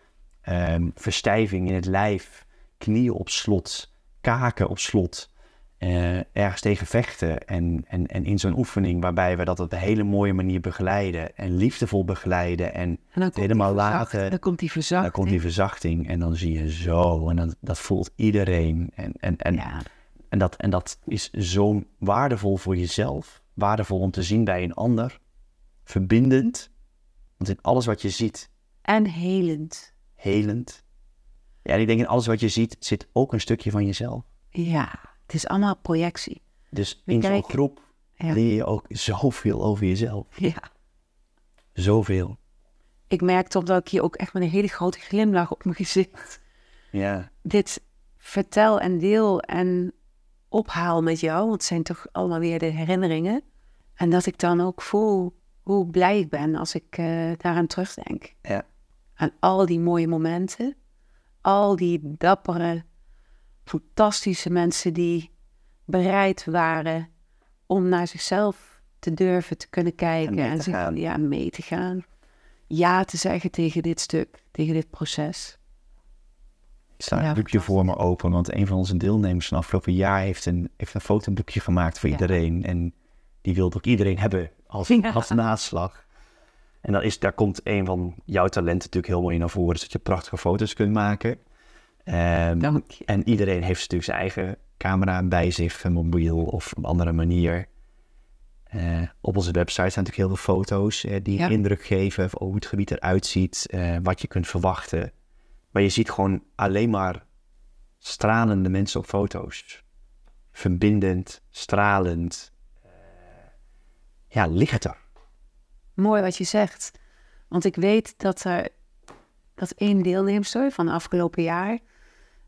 Speaker 2: ehm, verstijving in het lijf, knieën op slot, kaken op slot, eh, ergens tegen vechten. En, en, en in zo'n oefening waarbij we dat op een hele mooie manier begeleiden en liefdevol begeleiden en
Speaker 1: en dan komt
Speaker 2: helemaal
Speaker 1: die verzacht-
Speaker 2: lagen.
Speaker 1: Dan komt die verzakking.
Speaker 2: dan komt die verzachting en dan zie je zo. En dan, dat voelt iedereen. En, en, en,
Speaker 1: Ja.
Speaker 2: en, dat, en dat is zo waardevol voor jezelf. Waardevol om te zien bij een ander. Verbindend. Want in alles wat je ziet,
Speaker 1: En helend.
Speaker 2: helend. Ja, en ik denk in alles wat je ziet, zit ook een stukje van jezelf.
Speaker 1: Ja, het is allemaal projectie.
Speaker 2: Dus
Speaker 1: We
Speaker 2: in zo'n
Speaker 1: kijken-
Speaker 2: groep
Speaker 1: Ja.
Speaker 2: leer je ook zoveel over jezelf.
Speaker 1: Ja.
Speaker 2: Zoveel.
Speaker 1: Ik merkte op dat ik hier ook echt met een hele grote glimlach op mijn gezicht
Speaker 2: Ja.
Speaker 1: dit vertel en deel en ophaal met jou. Want het zijn toch allemaal weer de herinneringen. En dat ik dan ook voel hoe blij ik ben als ik eh, daaraan terugdenk.
Speaker 2: Ja.
Speaker 1: Aan al die mooie momenten. Al die dappere, fantastische mensen die bereid waren om naar zichzelf te durven te kunnen kijken.
Speaker 2: mee te
Speaker 1: zich-
Speaker 2: gaan.
Speaker 1: ja, mee te gaan. Ja te zeggen tegen dit stuk, tegen dit proces.
Speaker 2: Ik sta
Speaker 1: Ja,
Speaker 2: een boekje voor me open, want een van onze deelnemers van afgelopen jaar heeft een, heeft een fotoboekje gemaakt voor
Speaker 1: Ja.
Speaker 2: iedereen. En die wilde ook iedereen hebben als,
Speaker 1: Ja.
Speaker 2: als naslag. En dan is, daar komt een van jouw talenten natuurlijk heel mooi naar voren, is dat je prachtige foto's kunt maken. Ehm,
Speaker 1: Dank je.
Speaker 2: en iedereen heeft natuurlijk zijn eigen camera bij zich, een mobiel of op een andere manier. Eh, op onze website zijn natuurlijk heel veel foto's eh, die
Speaker 1: Ja.
Speaker 2: een indruk geven over hoe het gebied eruit ziet, eh, wat je kunt verwachten. Maar je ziet gewoon alleen maar stralende mensen op foto's. Verbindend, stralend. Ja, lichter.
Speaker 1: Mooi wat je zegt. Want ik weet dat er dat één deelnemster van afgelopen jaar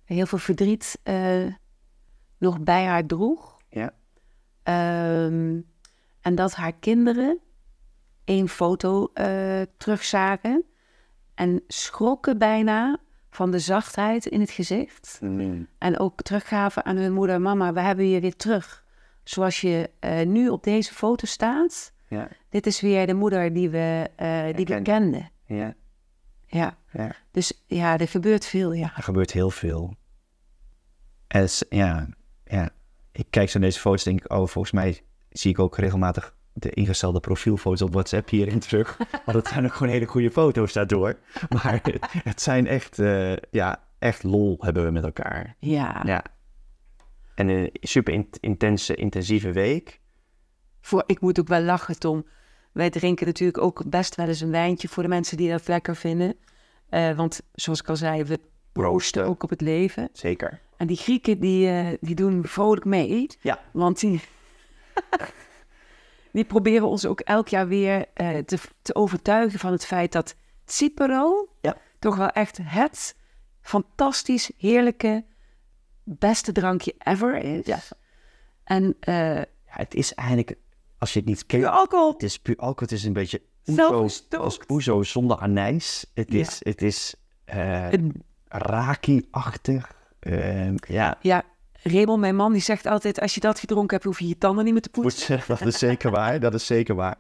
Speaker 1: heel veel verdriet eh, nog bij haar droeg.
Speaker 2: Ja.
Speaker 1: Ehm, en dat haar kinderen één foto eh, terugzagen. En schrokken bijna van de zachtheid in het gezicht. En ook teruggaven aan hun moeder en mama, we hebben je weer terug. Zoals je eh, nu op deze foto staat.
Speaker 2: Ja.
Speaker 1: Dit is weer de moeder die we, eh, die we
Speaker 2: Herkende.
Speaker 1: kenden.
Speaker 2: Ja.
Speaker 1: Ja.
Speaker 2: Ja.
Speaker 1: Dus ja, er gebeurt veel, ja.
Speaker 2: Er gebeurt heel veel. En het is- ja, ja, ik kijk zo naar deze foto's en denk ik, oh, volgens mij zie ik ook regelmatig de ingestelde profielfoto's op WhatsApp hierin terug. Want het zijn ook gewoon hele goede foto's daardoor. Maar het, het zijn echt, eh, ja, echt lol hebben we met elkaar.
Speaker 1: Ja,
Speaker 3: Ja. En een super in- intense, intensieve week.
Speaker 1: Voor, ik moet ook wel lachen, Tom. Wij drinken natuurlijk ook best wel eens een wijntje voor de mensen die dat lekker vinden. Eh, want zoals ik al zei, we proosten ook op het leven.
Speaker 3: Zeker.
Speaker 1: En die Grieken die, eh, die doen vrolijk mee.
Speaker 3: Ja.
Speaker 1: Want die, die proberen ons ook elk jaar weer eh, te, te overtuigen van het feit dat Tsipro
Speaker 3: Ja.
Speaker 1: toch wel echt het fantastisch, heerlijke, beste drankje ever is.
Speaker 3: Ja.
Speaker 1: En eh,
Speaker 2: Ja, het is eigenlijk, als je het niet kent,
Speaker 1: alcohol,
Speaker 2: het is puur alcohol. Het is een beetje
Speaker 1: Zelfgestookt.
Speaker 2: als oezo zonder anijs. Het
Speaker 1: Ja.
Speaker 2: is, het is eh,
Speaker 1: het
Speaker 2: raki-achtig. Ehm, ja,
Speaker 1: Ja, Raymond, mijn man, die zegt altijd: als je dat gedronken hebt, hoef je je tanden niet meer te
Speaker 2: moet
Speaker 1: poetsen.
Speaker 2: zeggen, dat is zeker waar. Dat is zeker waar.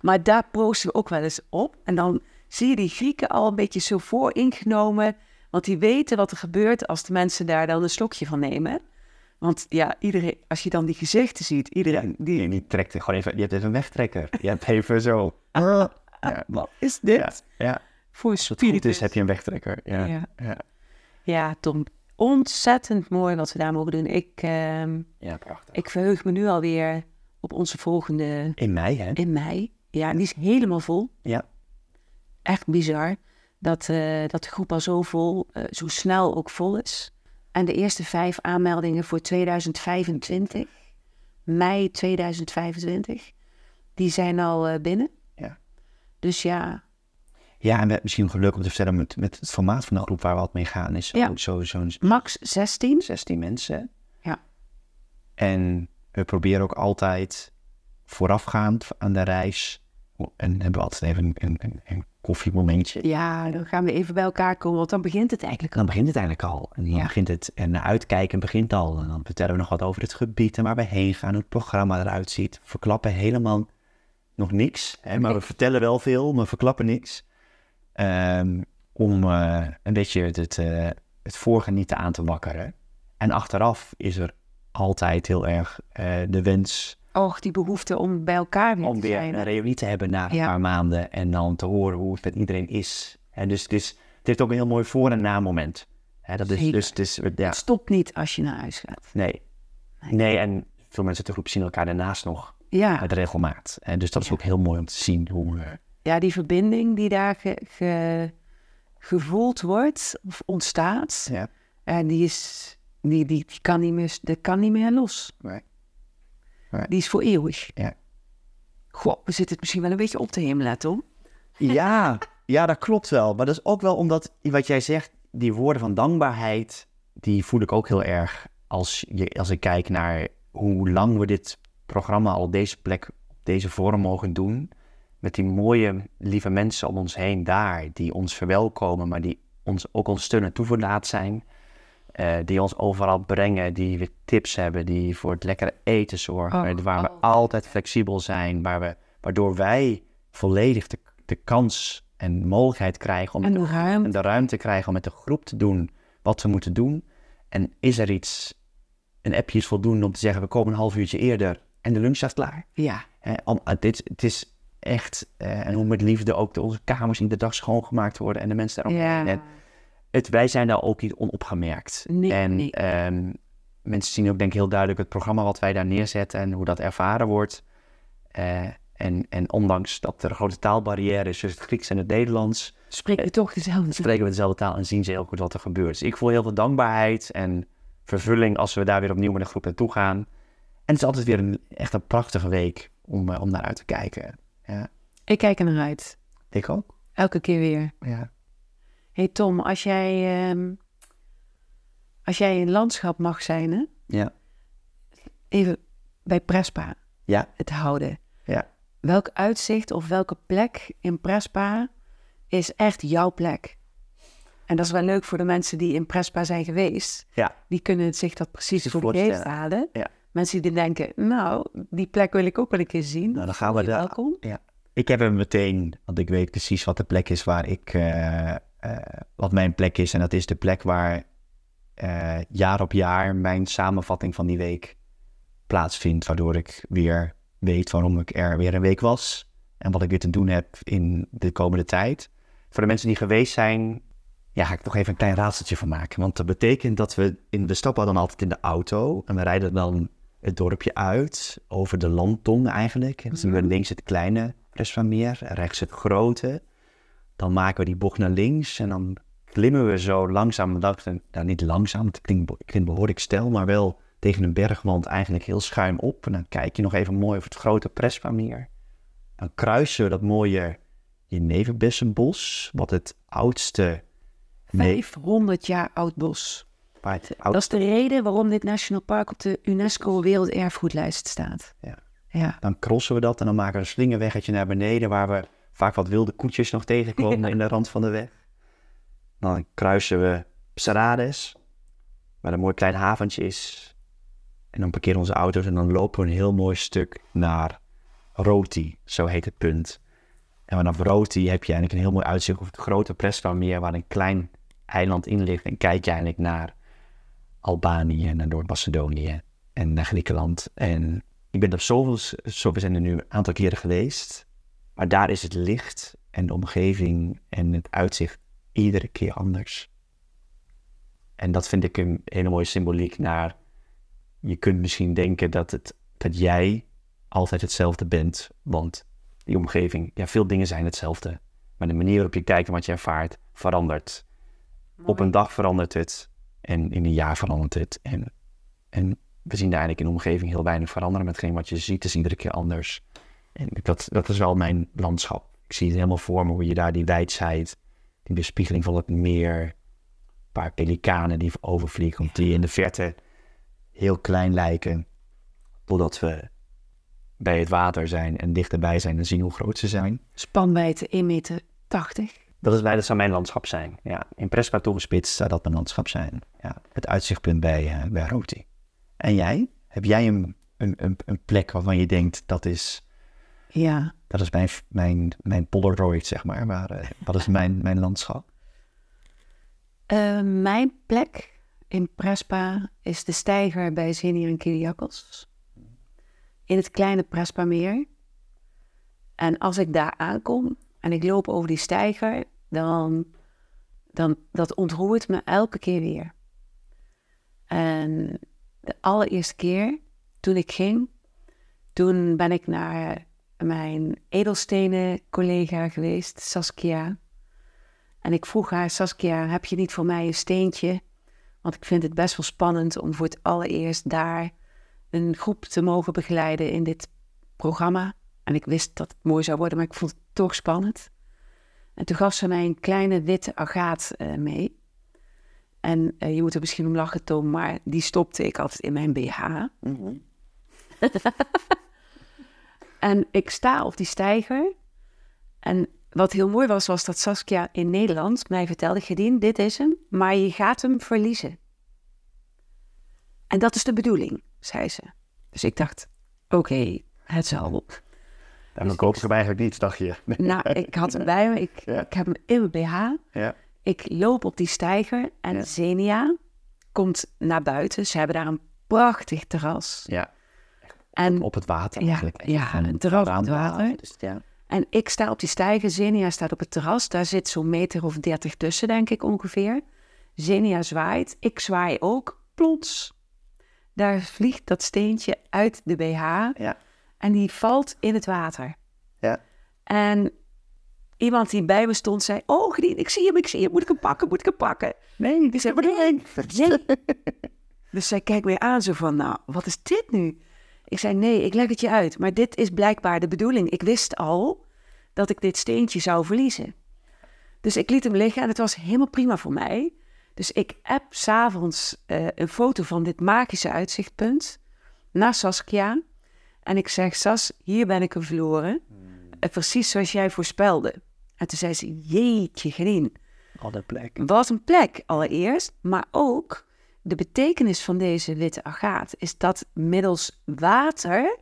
Speaker 1: Maar daar proosten we ook wel eens op. En dan zie je die Grieken al een beetje zo voor ingenomen. Want die weten wat er gebeurt als de mensen daar dan een slokje van nemen. Want ja, iedereen, als je dan die gezichten ziet, iedereen die.
Speaker 2: Die, die trekt er gewoon even. Je hebt even een wegtrekker. Je hebt even zo. Ja,
Speaker 1: Ah, Wat is dit?
Speaker 2: ja, ja.
Speaker 1: Voor een
Speaker 2: Als het goed
Speaker 1: spiritus.
Speaker 2: is, heb je een wegtrekker. Ja.
Speaker 1: Ja.
Speaker 2: Ja.
Speaker 1: Ja, Tom. Ontzettend mooi wat we daar mogen doen. Ik, ehm,
Speaker 2: Ja, prachtig.
Speaker 1: ik verheug me nu alweer op onze volgende
Speaker 2: In mei, hè?
Speaker 1: in mei. Ja, die is helemaal vol.
Speaker 2: Ja.
Speaker 1: echt bizar dat, eh, dat de groep al zo vol, eh, zo snel ook vol is. En de eerste vijf aanmeldingen voor 2025, mei 2025, die zijn al eh, binnen.
Speaker 2: Ja.
Speaker 1: Dus ja,
Speaker 2: Ja, en we hebben misschien nog leuk om te vertellen met, met het formaat van de groep waar we altijd mee gaan. Is
Speaker 1: Ja.
Speaker 2: ook zo- zo'n
Speaker 1: max 16.
Speaker 2: 16 mensen.
Speaker 1: Ja.
Speaker 2: En we proberen ook altijd voorafgaand aan de reis. En hebben we altijd even een, een, een- een koffiemomentje.
Speaker 1: Ja, dan gaan we even bij elkaar komen, want dan begint het eigenlijk al.
Speaker 2: Dan begint het eigenlijk al. En dan
Speaker 1: Ja.
Speaker 2: begint het en naar uitkijken begint al. En dan vertellen we nog wat over het gebied en waar we heen gaan, hoe het programma eruit ziet. We verklappen helemaal nog niks. Hè, maar we vertellen wel veel, maar verklappen niks. Ehm, om eh, een beetje het, het, eh, het voorgenieten aan te wakkeren. En achteraf is er altijd heel erg eh, de wens
Speaker 1: Och, die behoefte om bij elkaar weer
Speaker 2: om
Speaker 1: te
Speaker 2: weer eh,
Speaker 1: zijn.
Speaker 2: een reunie te hebben na een
Speaker 1: Ja.
Speaker 2: paar maanden en dan te horen hoe het met iedereen is. En dus het, is, het heeft ook een heel mooi voor- en namoment. Hè, dat is,
Speaker 1: Zeker.
Speaker 2: dus, het is, ja,
Speaker 1: Het stopt niet als je naar huis gaat.
Speaker 2: nee. Nee, en veel mensen uit de groep zien elkaar daarnaast nog
Speaker 1: Ja,
Speaker 2: uit regelmaat. En dus dat is ook heel mooi om te zien hoe... eh,
Speaker 1: ja die verbinding die daar ge- ge- gevoeld wordt of ontstaat.
Speaker 2: ja,
Speaker 1: En die is, die, die, die kan niet meer, die kan niet meer los.
Speaker 2: Nee.
Speaker 1: Die is voor eeuwig.
Speaker 2: Ja.
Speaker 1: Goh, we zitten het misschien wel een beetje op te hemelen, Tom.
Speaker 2: Ja, ja, dat klopt wel. Maar dat is ook wel omdat, wat jij zegt, die woorden van dankbaarheid, die voel ik ook heel erg als, je, als ik kijk naar hoe lang we dit programma al op deze plek, op deze vorm mogen doen. Met die mooie, lieve mensen om ons heen daar, die ons verwelkomen, maar die ons ook ons steun en toeverlaat zijn. Eh, die ons overal brengen, die weer tips hebben, die voor het lekkere eten zorgen.
Speaker 1: Och,
Speaker 2: waar we
Speaker 1: oh.
Speaker 2: altijd flexibel zijn, waar we, waardoor wij volledig de, de kans en mogelijkheid krijgen om
Speaker 1: En de ruimte.
Speaker 2: en de ruimte krijgen om met de groep te doen wat we moeten doen. En is er iets, een appje is voldoende om te zeggen, we komen een half uurtje eerder en de lunch staat klaar.
Speaker 1: Ja,
Speaker 2: Hè, om, het, is, het is echt, eh, en hoe met liefde ook de, onze kamers iedere dag schoongemaakt worden en de mensen daarom.
Speaker 1: ja.
Speaker 2: En het, wij zijn daar ook niet onopgemerkt.
Speaker 1: Nee,
Speaker 2: en
Speaker 1: nee.
Speaker 2: ehm, mensen zien ook denk ik heel duidelijk het programma wat wij daar neerzetten en hoe dat ervaren wordt. Eh, en, en ondanks dat er een grote taalbarrière is tussen het Grieks en het Nederlands,
Speaker 1: Spreek je toch dezelfde taal?
Speaker 2: spreken we dezelfde taal en zien ze heel goed wat er gebeurt. Dus ik voel heel veel dankbaarheid en vervulling als we daar weer opnieuw met een groep naartoe gaan. En het is altijd weer een, echt een prachtige week om, eh, om naar uit te kijken.
Speaker 1: Ik kijk er naar uit.
Speaker 2: Ik ook.
Speaker 1: Elke keer weer.
Speaker 2: Ja.
Speaker 1: Hé hey Tom, als jij, ehm, als jij een landschap mag zijn, hè?
Speaker 2: Ja.
Speaker 1: even bij Prespa
Speaker 2: Ja.
Speaker 1: het houden.
Speaker 2: Ja.
Speaker 1: welk uitzicht of welke plek in Prespa is echt jouw plek? En dat is wel leuk voor de mensen die in Prespa zijn geweest.
Speaker 2: Ja.
Speaker 1: Die kunnen zich dat precies
Speaker 2: Zich
Speaker 1: voor de
Speaker 2: voorstellen.
Speaker 1: geest halen.
Speaker 2: Ja.
Speaker 1: Mensen die denken, nou, die plek wil ik ook wel een keer zien.
Speaker 2: Nou, dan gaan we daar.
Speaker 1: Welkom.
Speaker 2: Ja. Ik heb hem meteen, want ik weet precies wat de plek is waar ik, eh, eh, wat mijn plek is. En dat is de plek waar eh, jaar op jaar mijn samenvatting van die week plaatsvindt. Waardoor ik weer weet waarom ik er weer een week was. En wat ik weer te doen heb in de komende tijd. Voor de mensen die geweest zijn, ja, ga ik toch even een klein raadseltje van maken. Want dat betekent dat we, in, we stappen dan altijd in de auto en we rijden dan het dorpje uit, over de landtong eigenlijk. En dan zien we links het kleine Presvameer, en rechts het grote. Dan maken we die bocht naar links en dan klimmen we zo langzaam, langs een- nou niet langzaam, het klinkt, be- klinkt behoorlijk stel, maar wel tegen een bergwand eigenlijk heel schuin op. En dan kijk je nog even mooi over het grote Presvameer. Dan kruisen we dat mooie Jeneverbessenbos, wat het oudste
Speaker 1: 500 jaar oud bos.
Speaker 2: maar het
Speaker 1: Dat
Speaker 2: oud-
Speaker 1: is de reden waarom dit Nationaal Park op de UNESCO Werelderfgoedlijst staat.
Speaker 2: Ja.
Speaker 1: Ja.
Speaker 2: dan crossen we dat en dan maken we een slingerweggetje naar beneden waar we vaak wat wilde koetjes nog tegenkomen in de rand van de weg. Dan kruisen we Sarades, waar een mooi klein haventje is. En dan parkeren we onze auto's en dan lopen we een heel mooi stuk naar Roti, zo heet het punt. En vanaf Roti heb je eigenlijk een heel mooi uitzicht op het grote Prespa-meer waar een klein eiland in ligt. En kijk je eigenlijk naar Albanië, naar Noord-Macedonië en naar Griekenland. En ik ben op zoveel, zo, we zijn er nu een aantal keren geweest. Maar daar is het licht en de omgeving en het uitzicht iedere keer anders. En dat vind ik een hele mooie symboliek naar... Je kunt misschien denken dat, het, dat jij altijd hetzelfde bent. Want die omgeving, ja, veel dingen zijn hetzelfde. Maar de manier waarop je kijkt en wat je ervaart, verandert. Op een dag verandert het. En in een jaar verandert het. En, en we zien daar eigenlijk in de omgeving heel weinig veranderen. Met hetgeen wat je ziet is iedere keer anders. En dat, dat is wel mijn landschap. Ik zie het helemaal voor me hoe je daar die wijdheid, die bespiegeling van het meer. Een paar pelikanen die overvliegen, want die in de verte heel klein lijken. Totdat we bij het water zijn en dichterbij zijn en zien hoe groot ze zijn.
Speaker 1: Spanwijdte 1,80 meter.
Speaker 2: Dat, is, dat zou mijn landschap zijn. Ja. In Prespa toegespitst zou dat mijn landschap zijn. Ja. Het uitzichtpunt bij, eh, bij Roti. En jij? Heb jij een, een, een, een plek waarvan je denkt dat is,
Speaker 1: Ja.
Speaker 2: dat is mijn, mijn, mijn Polaroid, zeg maar. maar eh, wat is mijn, mijn landschap?
Speaker 1: Eh, mijn plek in Prespa is de steiger bij Zenier en Kiriakos. In het kleine Prespameer. En als ik daar aankom en ik loop over die steiger, dan, dan dat ontroert me elke keer weer. En de allereerste keer toen ik ging, toen ben ik naar mijn edelstenen collega geweest, Saskia. En ik vroeg haar, Saskia, heb je niet voor mij een steentje? Want ik vind het best wel spannend om voor het allereerst daar een groep te mogen begeleiden in dit programma. En ik wist dat het mooi zou worden, maar ik vond het toch spannend. En toen gaf ze mij een kleine witte agaat eh, mee. En eh, je moet er misschien om lachen, Tom, maar die stopte ik altijd in mijn BH. en ik sta op die steiger en wat heel mooi was, was dat Saskia in Nederland mij vertelde: Gedien, dit is hem, maar je gaat hem verliezen. En dat is de bedoeling, zei ze. Dus ik dacht: oké, het zal wel.
Speaker 2: En dan koop ik hem eigenlijk niet, dacht je.
Speaker 1: Nou, ik had hem bij me, ik, ik heb hem in mijn BH.
Speaker 2: Ja.
Speaker 1: Ik loop op die steiger en Zenia komt naar buiten. Ze hebben daar een prachtig terras.
Speaker 2: ja.
Speaker 1: En
Speaker 2: Op het water
Speaker 1: Ja,
Speaker 2: eigenlijk.
Speaker 1: ja,
Speaker 2: Van
Speaker 1: een terras op het
Speaker 2: raam-
Speaker 1: water.
Speaker 2: Dus, ja.
Speaker 1: En ik sta op die steiger, Zenia staat op het terras. Daar zit zo'n meter of dertig tussen, denk ik ongeveer. Zenia zwaait, ik zwaai ook. Plots, daar vliegt dat steentje uit de BH
Speaker 2: Ja.
Speaker 1: en die valt in het water.
Speaker 2: Ja.
Speaker 1: En iemand die bij me stond zei, oh Gedien, ik zie hem, ik zie hem, moet ik hem pakken, moet ik hem pakken?
Speaker 2: Nee, dit is
Speaker 1: de bedoeling. Nee. Dus zij kijkt mij aan zo van, nou, wat is dit nu? Ik zei, nee, ik leg het je uit. Maar dit is blijkbaar de bedoeling. Ik wist al dat ik dit steentje zou verliezen. Dus ik liet hem liggen en het was helemaal prima voor mij. Dus ik app s'avonds eh, een foto van dit magische uitzichtpunt naar Saskia. En ik zeg, Sas, hier ben ik verloren. Eh, Precies zoals jij voorspelde. En toen zei ze, jeetje, Green.
Speaker 2: Alle plek.
Speaker 1: Wat een plek allereerst, maar ook de betekenis van deze witte agaat is dat middels water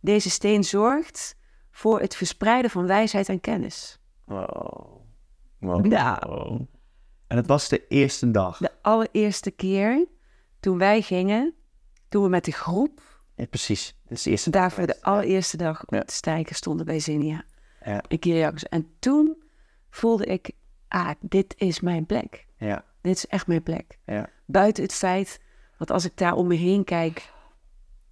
Speaker 1: deze steen zorgt voor het verspreiden van wijsheid en kennis.
Speaker 2: Wow.
Speaker 1: Ja.
Speaker 2: En het was de eerste dag.
Speaker 1: De allereerste keer toen wij gingen, toen we met de groep
Speaker 2: Ja, precies. Dit is de eerste dag.
Speaker 1: daarvoor de allereerste dag op
Speaker 2: Ja.
Speaker 1: te stijgen stonden bij Zinia.
Speaker 2: Ja.
Speaker 1: In Kiriakos. En toen voelde ik, ah, dit is mijn plek.
Speaker 2: Ja,
Speaker 1: Dit is echt mijn plek.
Speaker 2: ja.
Speaker 1: Buiten het feit dat als ik daar om me heen kijk,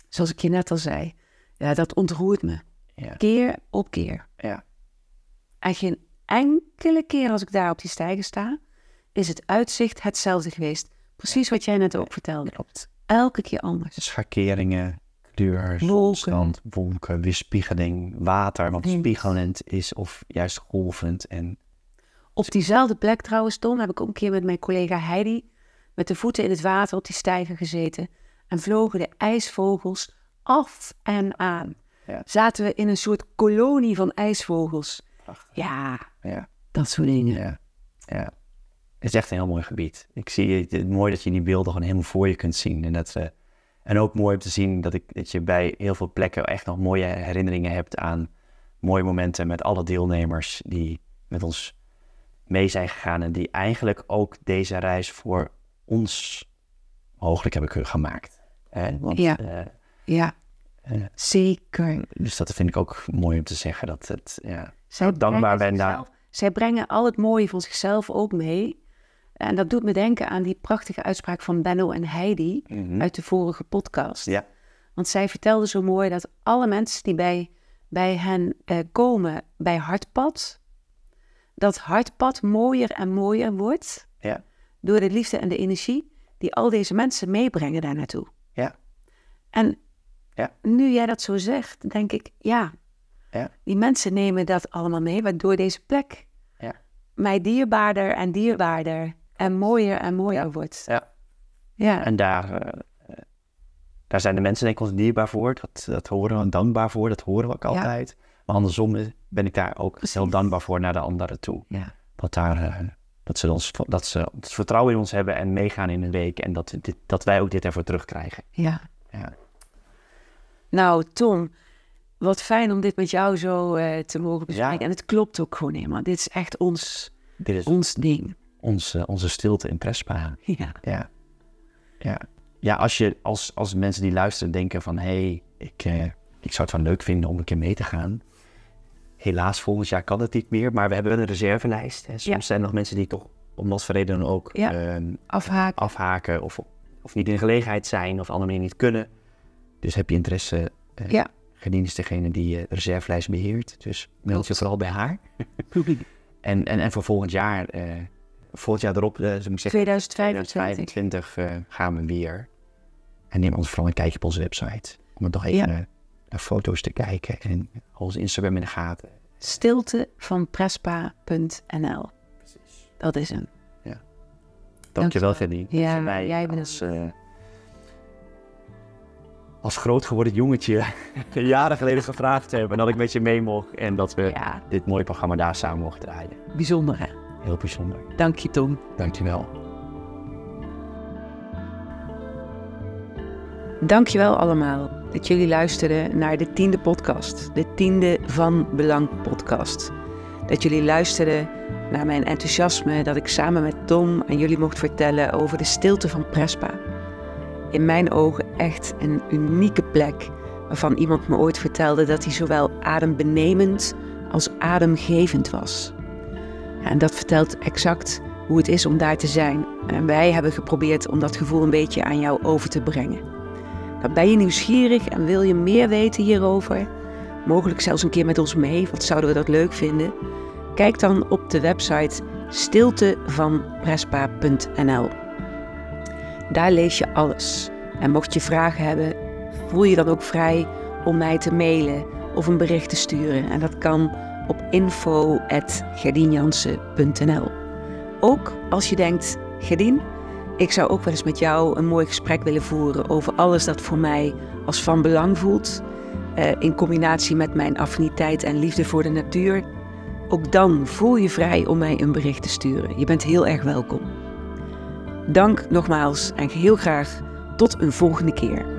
Speaker 1: zoals ik je net al zei, ja, dat ontroert me.
Speaker 2: Ja.
Speaker 1: Keer op keer.
Speaker 2: Ja.
Speaker 1: En geen enkele keer als ik daar op die stijger sta, is het uitzicht hetzelfde geweest. Precies wat jij net ook vertelde.
Speaker 2: Klopt.
Speaker 1: Elke keer anders.
Speaker 2: Schakeringen, kleur, zonstand, wolken, weerspiegeling, water. Wat spiegelend is of juist golvend. En
Speaker 1: Op diezelfde plek trouwens, Tom, heb ik ook een keer met mijn collega Heidi met de voeten in het water op die stijger gezeten en vlogen de ijsvogels af en aan.
Speaker 2: Ja.
Speaker 1: Zaten we in een soort kolonie van ijsvogels.
Speaker 2: Prachtig.
Speaker 1: Ja,
Speaker 2: ja,
Speaker 1: dat soort dingen.
Speaker 2: ja, ja. Het is echt een heel mooi gebied. Ik zie het, het mooi dat je die beelden gewoon helemaal voor je kunt zien. En, dat, eh, en ook mooi om te zien dat, ik, dat je bij heel veel plekken echt nog mooie herinneringen hebt aan mooie momenten met alle deelnemers die met ons mee zijn gegaan. En die eigenlijk ook deze reis voor ons mogelijk hebben gemaakt. Hè? Want,
Speaker 1: Ja.
Speaker 2: eh,
Speaker 1: Ja,
Speaker 2: eh,
Speaker 1: zeker.
Speaker 2: dus dat vind ik ook mooi om te zeggen. Dat het, ja,
Speaker 1: Zij
Speaker 2: dankbaar
Speaker 1: brengen
Speaker 2: ben daar.
Speaker 1: zichzelf- Zij brengen al het mooie van zichzelf ook mee. En dat doet me denken aan die prachtige uitspraak van Benno en Heidi
Speaker 2: Mhm.
Speaker 1: uit de vorige podcast.
Speaker 2: Ja.
Speaker 1: Want zij vertelde zo mooi dat alle mensen die bij, bij hen eh, komen bij Hartpad, dat Hartpad mooier en mooier wordt
Speaker 2: Ja.
Speaker 1: door de liefde en de energie die al deze mensen meebrengen daar naartoe.
Speaker 2: Ja.
Speaker 1: En
Speaker 2: Ja.
Speaker 1: nu jij dat zo zegt, denk ik, ja,
Speaker 2: Ja.
Speaker 1: die mensen nemen dat allemaal mee, waardoor deze plek
Speaker 2: Ja.
Speaker 1: mij dierbaarder en dierbaarder en mooier en mooier wordt.
Speaker 2: Ja.
Speaker 1: Ja,
Speaker 2: En daar, eh, eh, daar zijn de mensen denk ik ons dierbaar voor. Dat, dat horen we en dankbaar voor. Dat horen we ook altijd. Maar andersom eh, ben ik daar ook heel dankbaar voor naar de anderen toe.
Speaker 1: Ja.
Speaker 2: Dat, daar, eh, dat, ze ons, dat ze het vertrouwen in ons hebben en meegaan in een week. En dat, dit, dat wij ook dit ervoor terugkrijgen.
Speaker 1: ja.
Speaker 2: Ja.
Speaker 1: Nou, Tom, wat fijn om dit met jou zo eh, te mogen bespreken.
Speaker 2: Ja.
Speaker 1: En het klopt ook gewoon helemaal. Dit is echt ons,
Speaker 2: Dit is
Speaker 1: ons ding.
Speaker 2: onze, onze stilte in Prespa.
Speaker 1: Ja.
Speaker 2: Ja. Ja. Ja, als, je, als, als mensen die luisteren denken van... hé, hey, ik, eh, ik zou het wel leuk vinden om een keer mee te gaan. Helaas, volgend jaar kan het niet meer. Maar we hebben wel een reservelijst. Hè. Soms
Speaker 1: Ja.
Speaker 2: zijn er nog mensen die toch om wat voor reden dan ook
Speaker 1: Ja.
Speaker 2: ehm,
Speaker 1: Afhaken.
Speaker 2: afhaken... Of, of niet in de gelegenheid zijn of op andere manier niet kunnen. Dus heb je interesse... eh
Speaker 1: Ja.
Speaker 2: Gedien is degene die eh, de reservelijst beheert. Dus meld je
Speaker 1: Klopt.
Speaker 2: vooral bij haar. En, en, en voor volgend jaar... eh, volgend jaar erop, eh, zou ik zeggen...
Speaker 1: 2025.
Speaker 2: 2025 eh, gaan we weer. En neem ons vooral een kijkje op onze website. Om er nog even eh, naar foto's te kijken. En ons Instagram in de gaten.
Speaker 1: Stilte van Prespa.nl. Dat is hem.
Speaker 2: Dankjewel,
Speaker 1: Dankjewel.
Speaker 2: Fanny.
Speaker 1: Ja,
Speaker 2: Dat wij
Speaker 1: jij bedankt.
Speaker 2: als, eh, als groot geworden jongetje jaren geleden gevraagd hebben. Dat ik met je mee mocht. En dat we
Speaker 1: Ja.
Speaker 2: dit mooie programma daar samen mochten draaien.
Speaker 1: Bijzonder, hè?
Speaker 2: Heel bijzonder.
Speaker 1: Dank je, Tom.
Speaker 2: Dankjewel.
Speaker 1: Dankjewel allemaal dat jullie luisterden naar de tiende podcast, de tiende van Belang podcast. Dat jullie luisterden naar mijn enthousiasme dat ik samen met Tom aan jullie mocht vertellen over de stilte van Prespa. In mijn ogen echt een unieke plek waarvan iemand me ooit vertelde dat hij zowel adembenemend als ademgevend was. En dat vertelt exact hoe het is om daar te zijn. En wij hebben geprobeerd om dat gevoel een beetje aan jou over te brengen. Nou, ben je nieuwsgierig en wil je meer weten hierover? Mogelijk zelfs een keer met ons mee, wat zouden we dat leuk vinden? Kijk dan op de website stiltevanprespa.nl. Daar lees je alles. En mocht je vragen hebben, voel je dan ook vrij om mij te mailen of een bericht te sturen. En dat kan op info.gerdinjansen.nl. Ook als je denkt, Gerdien, Ik zou ook wel eens met jou een mooi gesprek willen voeren over alles dat voor mij als van belang voelt. eh, in combinatie met mijn affiniteit en liefde voor de natuur. Ook dan voel je vrij om mij een bericht te sturen. Je bent heel erg welkom. Dank nogmaals en heel graag tot een volgende keer.